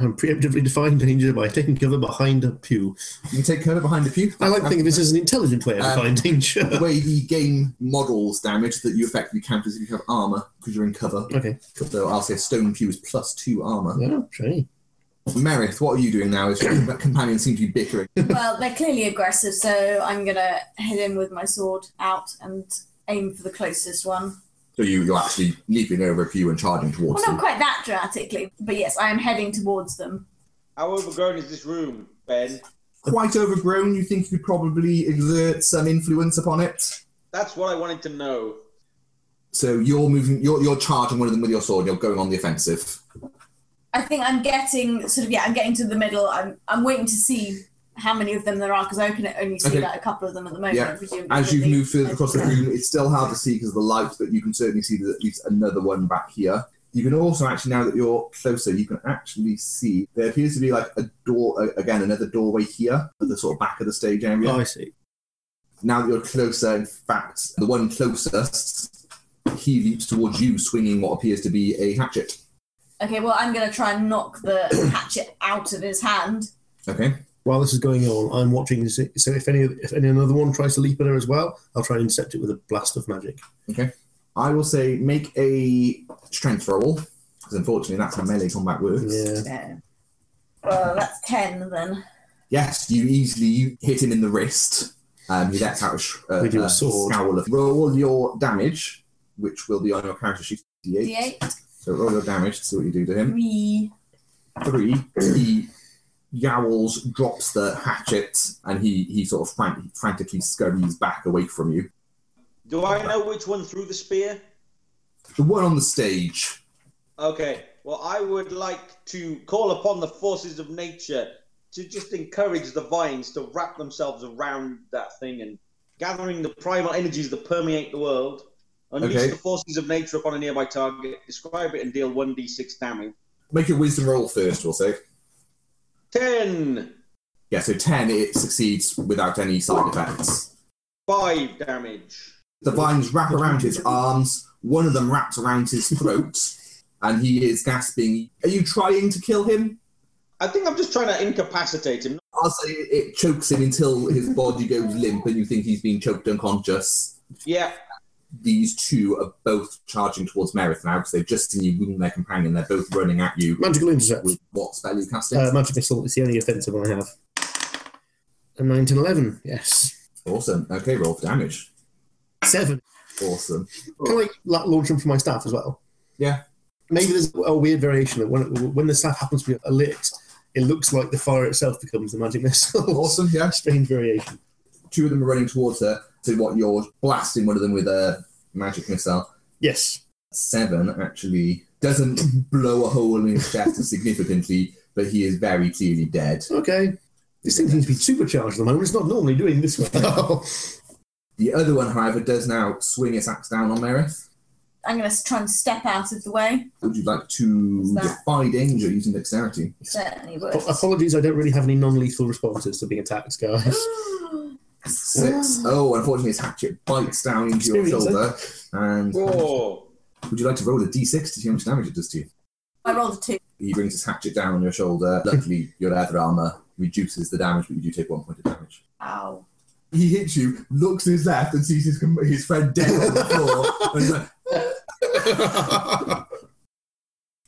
Speaker 4: And preemptively define danger by taking cover behind a pew.
Speaker 2: You can take cover behind the pew.
Speaker 4: I like to think of this as an intelligent way of
Speaker 2: Um,
Speaker 4: defining
Speaker 2: the
Speaker 4: danger.
Speaker 2: way the game models damage that you effectively count as if you have armor because you're in cover.
Speaker 4: Okay. Oh,
Speaker 2: So I'll say a stone pew is plus two armor.
Speaker 4: Okay.
Speaker 2: Merith, what are you doing now? Is your companions seem to be bickering?
Speaker 3: Well, they're clearly aggressive, so I'm gonna head in with my sword out and aim for the closest one.
Speaker 2: So you, you're actually leaping over a pew and charging towards
Speaker 3: Well,
Speaker 2: them.
Speaker 3: not quite that dramatically, but yes, I am heading towards them.
Speaker 5: How overgrown is this room, Ben?
Speaker 2: Quite overgrown. You think you could probably exert some influence upon it.
Speaker 5: That's what I wanted to know.
Speaker 2: So you're moving. You're, you're charging one of them with your sword. You're going on the offensive.
Speaker 3: I think I'm getting sort of yeah, I'm getting to the middle. I'm I'm waiting to see how many of them there are because I can only see
Speaker 2: Okay.
Speaker 3: like a couple of them at the moment.
Speaker 2: Yeah.
Speaker 3: presumably,
Speaker 2: As
Speaker 3: but
Speaker 2: you've
Speaker 3: they-
Speaker 2: moved further across the room, it's still hard to see because of the light, but you can certainly see there's at least another one back here. You can also actually, now that you're closer, you can actually see there appears to be like a door, a- again, another doorway here at the sort of back of the stage area.
Speaker 4: Oh, I see.
Speaker 2: Now that you're closer, in fact, the one closest, he leaps towards you, swinging what appears to be a hatchet.
Speaker 3: Okay, well I'm gonna try and knock the hatchet out of his hand.
Speaker 2: Okay.
Speaker 4: While this is going on, I'm watching. to see- So if any, if any another one tries to leap at her as well, I'll try and intercept it with a blast of magic.
Speaker 2: I will say make a strength roll, because unfortunately that's how melee combat works.
Speaker 4: Yeah.
Speaker 3: Yeah. Well, that's ten then.
Speaker 2: Yes, you easily you hit him in the wrist. Um, he lets out a, sh- uh,
Speaker 4: With your
Speaker 2: uh,
Speaker 4: sword.
Speaker 2: scowl of. Roll your damage, which will be on your character sheet. D8.
Speaker 3: D eight,
Speaker 2: So roll your damage to see what you do to him.
Speaker 3: three.
Speaker 2: Three. He yowls, drops the hatchet, and he he sort of fran- frantically scurries back away from you.
Speaker 5: Do I know which one threw the spear?
Speaker 2: The one on the stage.
Speaker 5: Okay. Well, I would like to call upon the forces of nature to just encourage the vines to wrap themselves around that thing and gathering the primal energies that permeate the world. Unleash
Speaker 2: Okay.
Speaker 5: the forces of nature upon a nearby target, describe it, and deal 1d6 damage.
Speaker 2: Make a wisdom roll first, we'll say.
Speaker 5: 10!
Speaker 2: Yeah, so 10, it succeeds without any side effects.
Speaker 5: 5 damage.
Speaker 2: The vines wrap around his arms. One of them wraps around his throat, and he is gasping. Are you trying to kill him?
Speaker 5: I think I'm just trying to incapacitate him.
Speaker 2: I'll say it chokes him until his body goes limp, and you think he's being choked unconscious.
Speaker 5: Yeah,
Speaker 2: These two are both charging towards Merith now because they've just seen you wound their companion. They're both running at you
Speaker 4: Magical intercept.
Speaker 2: with what spell you casting?
Speaker 4: Uh, magic missile is the only offensive one I have. A 9 and 11, yes.
Speaker 2: awesome. Okay, roll for damage.
Speaker 4: 7.
Speaker 2: Awesome.
Speaker 4: Can I la- launch them from my staff as well?
Speaker 2: Yeah.
Speaker 4: Maybe there's a weird variation that when, when the staff happens to be lit, it looks like the fire itself becomes the magic missile.
Speaker 2: Awesome. Yeah.
Speaker 4: Strange variation.
Speaker 2: Two of them are running towards her. So what? You're blasting one of them with a magic missile.
Speaker 4: Yes.
Speaker 2: seven actually doesn't blow a hole in his chest significantly, but he is very clearly dead.
Speaker 4: Okay. This thing seems to be supercharged at the moment. It's not normally doing this well.
Speaker 2: The other one, however, does now swing its axe down on Merith.
Speaker 3: I'm gonna s- try and step out of the way.
Speaker 2: Would you like to
Speaker 3: What's that?
Speaker 2: defy danger using dexterity?
Speaker 3: Certainly would.
Speaker 4: Ap- Oh, Apologies, I don't really have any non lethal responses to being attacked, guys.
Speaker 2: Six. Oh, unfortunately, his hatchet bites down into your
Speaker 4: Experience,
Speaker 2: shoulder. And
Speaker 5: four.
Speaker 2: would you like to roll a d6 to see how much damage it does to you?
Speaker 3: I rolled a two.
Speaker 2: He brings his hatchet down on your shoulder. Luckily, your leather armor reduces the damage, but you do take one point of damage.
Speaker 3: Ow.
Speaker 2: he hits you, looks to his left, and sees his, his friend dead on the floor. and he's like,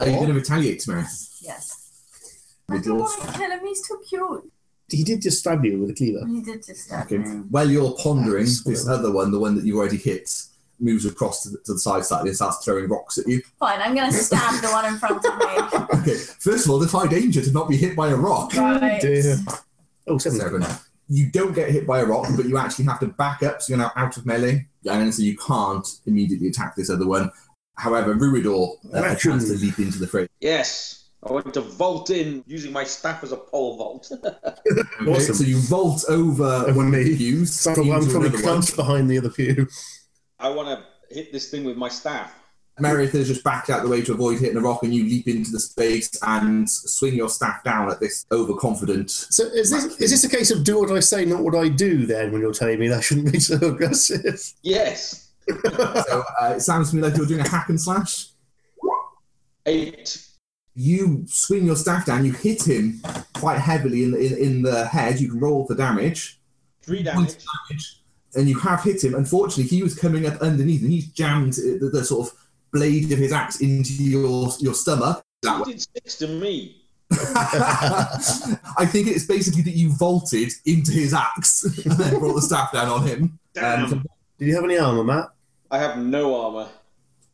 Speaker 2: Are you going to retaliate, Smith?
Speaker 3: Yes.
Speaker 2: I
Speaker 3: I
Speaker 2: don't
Speaker 3: don't
Speaker 2: want
Speaker 3: want to kill him. He's too cute.
Speaker 4: he did just stab you with a cleaver.
Speaker 3: He did just stab
Speaker 2: Okay.
Speaker 3: me.
Speaker 2: While you're pondering
Speaker 4: That's
Speaker 2: this
Speaker 4: cool.
Speaker 2: other one, the one that you've already hit, moves across to the, to the side slightly and starts throwing rocks at you.
Speaker 3: Fine, I'm gonna stab the one in front of me.
Speaker 2: Okay, first of all, there's high danger to not be hit by a rock.
Speaker 3: Right.
Speaker 4: Dear. Oh, seven.
Speaker 2: Seven. You don't get hit by a rock, but you actually have to back up, so you're now out of melee, and so you can't immediately attack this other one. However, Ruidor uh, has
Speaker 4: Action.
Speaker 2: to leap into the fray.
Speaker 5: Yes, I went to vault in using my staff as a pole vault.
Speaker 2: Okay,
Speaker 4: Awesome.
Speaker 2: So you vault over
Speaker 4: Over me.
Speaker 2: Hughes.
Speaker 4: So I'm
Speaker 2: into
Speaker 4: probably
Speaker 2: another one.
Speaker 4: crouched behind the other pew.
Speaker 5: I want to hit this thing with my staff.
Speaker 2: Meredith has just backed out the way to avoid hitting a rock, and you leap into the space and swing your staff down at this overconfident.
Speaker 4: So is this is this a case of do what I say, not what I do? Then when you're telling me that shouldn't be so aggressive.
Speaker 5: Yes,
Speaker 2: So uh, it sounds to me like you're doing a hack and slash.
Speaker 5: eight.
Speaker 2: You swing your staff down, you hit him quite heavily in the, in, in the head. You can roll for damage.
Speaker 5: Three
Speaker 2: Points
Speaker 5: damage.
Speaker 2: of damage. And you have hit him. Unfortunately, he was coming up underneath, and he's jammed the, the sort of blade of his axe into your, your stomach. That
Speaker 5: You did six to me.
Speaker 2: I think it's basically that you vaulted into his axe and then brought the staff down on him.
Speaker 5: Damn.
Speaker 2: Um,
Speaker 4: Do you have any armor, Matt?
Speaker 5: I have no armor.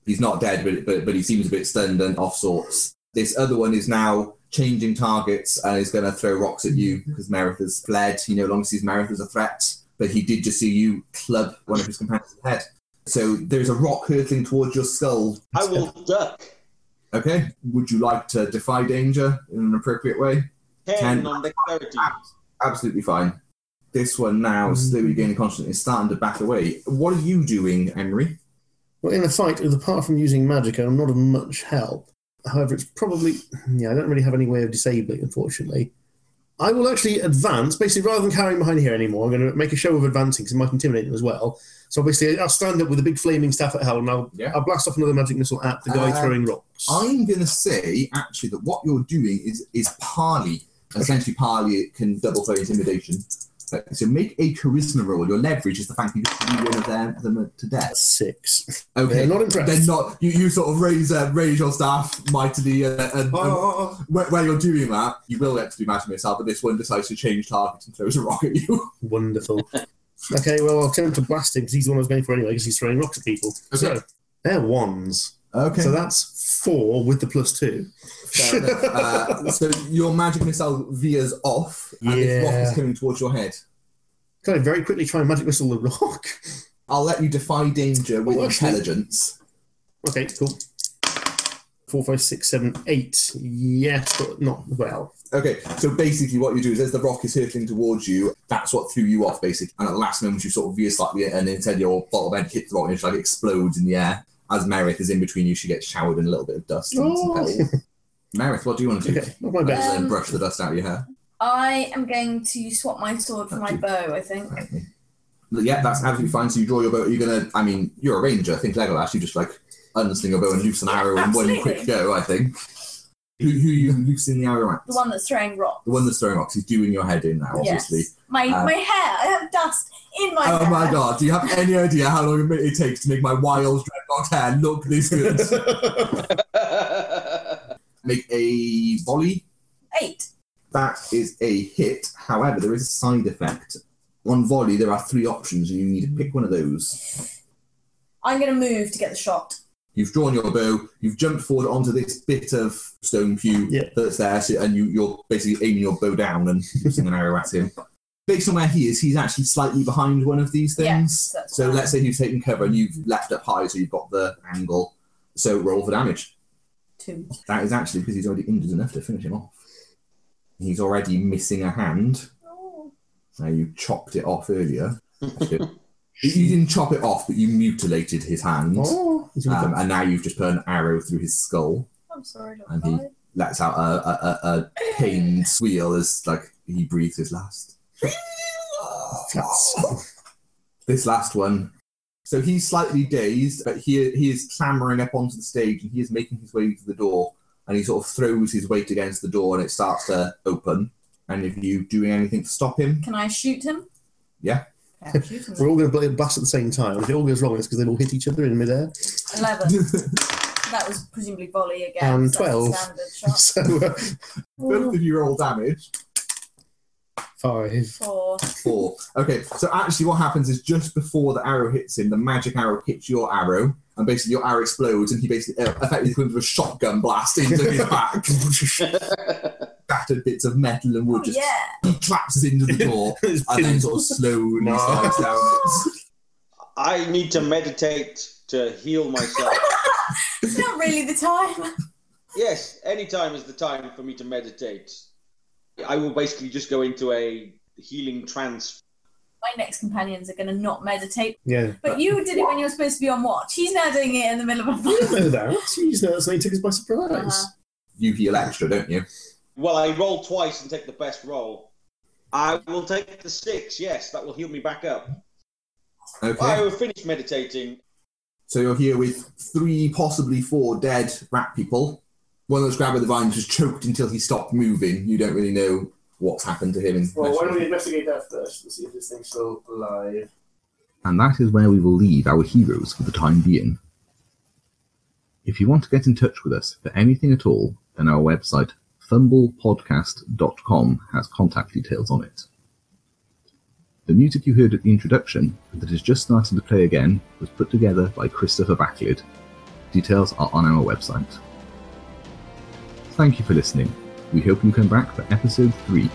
Speaker 2: he's not dead, but, but but he seems a bit stunned and off sorts. This other one is now changing targets and is going to throw rocks at you because Merith has fled. He no longer sees Merith as a threat, but he did just see you club one of his companions in the head. So there's a rock hurtling towards your skull.
Speaker 5: I will duck.
Speaker 2: Okay. Would you like to defy danger in an appropriate way?
Speaker 5: Ten,
Speaker 2: Ten.
Speaker 5: on dexterity.
Speaker 2: absolutely fine. This one now,
Speaker 4: Mm.
Speaker 2: slowly gaining consciousness, is starting to back away. What are you doing, Emery?
Speaker 4: Well, in a fight, with- apart from using magic, I'm not of much help. However, it's probably yeah. I don't really have any way of disabling, unfortunately. I will actually advance. Basically, rather than carrying behind here anymore, I'm going to make a show of advancing because it might intimidate them as well. So basically, I'll stand up with a big flaming staff at hell, and I'll,
Speaker 2: Yeah.
Speaker 4: I'll blast off another magic missile at the guy
Speaker 2: Uh,
Speaker 4: throwing rocks.
Speaker 2: I'm going to say, actually, that what you're doing is is parley. Essentially, parley can double for intimidation. Uh, So make a charisma roll. Your leverage is the fact you just blew one of them, them to death.
Speaker 4: Six.
Speaker 2: Okay.
Speaker 4: They're not impressed.
Speaker 2: They're not. You, you sort of raise uh, raise your staff mightily, uh, and, and
Speaker 4: Oh.
Speaker 2: where, where you're doing that, you will get to do magic yourself. But this one decides to change target and throws a rock at you.
Speaker 4: Wonderful. okay, well, I'll attempt to blast him because he's the one I was going for anyway because he's throwing rocks at people. So, they're ones.
Speaker 2: Okay.
Speaker 4: So that's four with the plus two.
Speaker 2: Fair enough. uh, so your magic missile veers off, and this rock
Speaker 4: Yeah.
Speaker 2: is coming towards your head.
Speaker 4: Can I very quickly try and magic missile the rock?
Speaker 2: I'll let you defy danger with
Speaker 4: Oh, actually-
Speaker 2: intelligence.
Speaker 4: okay, cool. Four, five, six, seven, eight. Yes, but not well.
Speaker 2: Okay, so basically what you do is as the rock is hurtling towards you, that's what threw you off, basically. And at the last moment, you sort of veer slightly, and instead your bottle end hits the rock and it just, like explodes in the air. As Merith is in between you, she gets showered in a little bit of dust. And some
Speaker 4: Oh.
Speaker 2: petals. Merith, what do you want to do?
Speaker 4: Okay, not my
Speaker 2: Other
Speaker 4: best.
Speaker 2: than
Speaker 3: Um,
Speaker 2: brush the dust out of your hair.
Speaker 3: I am going to swap my sword for my bow, I think.
Speaker 2: Yeah, that's absolutely fine. So you draw your bow. You're gonna. I mean, you're a ranger. I think Legolas. You just like unsling your bow and loose an arrow in one
Speaker 3: Absolutely.
Speaker 2: quick go. I think. Who, who you loosening the arrow at?
Speaker 3: The one that's throwing rocks.
Speaker 2: The one that's throwing rocks. He's doing your head in now, obviously.
Speaker 3: Yes. My
Speaker 2: Uh,
Speaker 3: my hair. I have dust in my
Speaker 2: Oh
Speaker 3: hair.
Speaker 2: my god! Do you have any idea how long it takes to make my wild dreadlock hair look this good? make a volley.
Speaker 3: Eight.
Speaker 2: That is a hit. However, there is a side effect. On volley, there are three options, and you need to pick one of those.
Speaker 3: I'm gonna move to get the shot.
Speaker 2: You've drawn your bow. You've jumped forward onto this bit of stone pew
Speaker 4: Yeah.
Speaker 2: that's there, so, and you, you're basically aiming your bow down and using an arrow at him. Based on where he is, he's actually slightly behind one of these things.
Speaker 3: Yes, that's
Speaker 2: so
Speaker 3: fine.
Speaker 2: let's say you've taken cover and you've left up high, so you've got the angle. So roll for damage.
Speaker 3: Two.
Speaker 2: That is actually because he's already injured enough to finish him off. He's already missing a hand.
Speaker 3: Oh.
Speaker 2: Now you chopped it off earlier. you you didn't chop it off, but you mutilated his hand.
Speaker 4: Oh, he's gonna
Speaker 2: Um, and now you've just put an arrow through his skull.
Speaker 3: I'm sorry,
Speaker 2: And he-
Speaker 3: Doctor.
Speaker 2: Lets out a, a, a, a pained squeal as like he breathes his last.
Speaker 4: Flats.
Speaker 2: This last one. So he's slightly dazed, but he he is clambering up onto the stage and he is making his way to the door. And he sort of throws his weight against the door and it starts to open. And if you doing anything to stop him,
Speaker 3: Can I shoot him?
Speaker 2: Yeah.
Speaker 3: Okay, I'll shoot him.
Speaker 4: We're all going to blast at the same time. If it all goes wrong, it's because they've all hit each other in midair.
Speaker 3: Eleven. that was presumably volley again.
Speaker 4: And
Speaker 3: so that's a
Speaker 4: 12.
Speaker 3: Standard shot.
Speaker 4: So, uh,
Speaker 2: both of you roll damage.
Speaker 4: Five.
Speaker 3: Four.
Speaker 2: four. Okay, so actually, what happens is just before the arrow hits him, the magic arrow hits your arrow, and basically your arrow explodes, and he basically uh, effectively comes with a shotgun blast into his back. Battered bits of metal and wood
Speaker 3: Oh,
Speaker 2: just
Speaker 3: yeah.
Speaker 2: collapses into the door, and then sort of slowly
Speaker 4: No.
Speaker 2: slides down.
Speaker 5: I need to meditate to heal myself.
Speaker 3: It's not really the time.
Speaker 5: yes, any time is the time for me to meditate. I will basically just go into a healing trance.
Speaker 3: My next companions are going to not meditate.
Speaker 4: Yeah.
Speaker 3: But you did it when you were supposed to be on watch. He's now doing it in the middle of a
Speaker 4: You
Speaker 3: fight.
Speaker 4: don't know that. Jeez, no, that's only took us by surprise.
Speaker 3: Uh-huh.
Speaker 2: You heal extra, don't you?
Speaker 5: Well, I roll twice and take the best roll. I will take the six. Yes, that will heal me back up. I
Speaker 2: Okay.
Speaker 5: will finish meditating.
Speaker 2: So you're here with three, possibly four dead rat people. One of those grabbed by the vines was choked until he stopped moving. You don't really know what's happened to him. In
Speaker 6: Well, why don't we investigate that first and see if this thing's still alive?
Speaker 1: And that is where we will leave our heroes for the time being. If you want to get in touch with us for anything at all, then our website, fumblepodcast.com, has contact details on it. The music you heard at the introduction, and that has just started to play again, was put together by Christopher Backlid. Details are on our website. Thank you for listening. We hope you come back for episode 3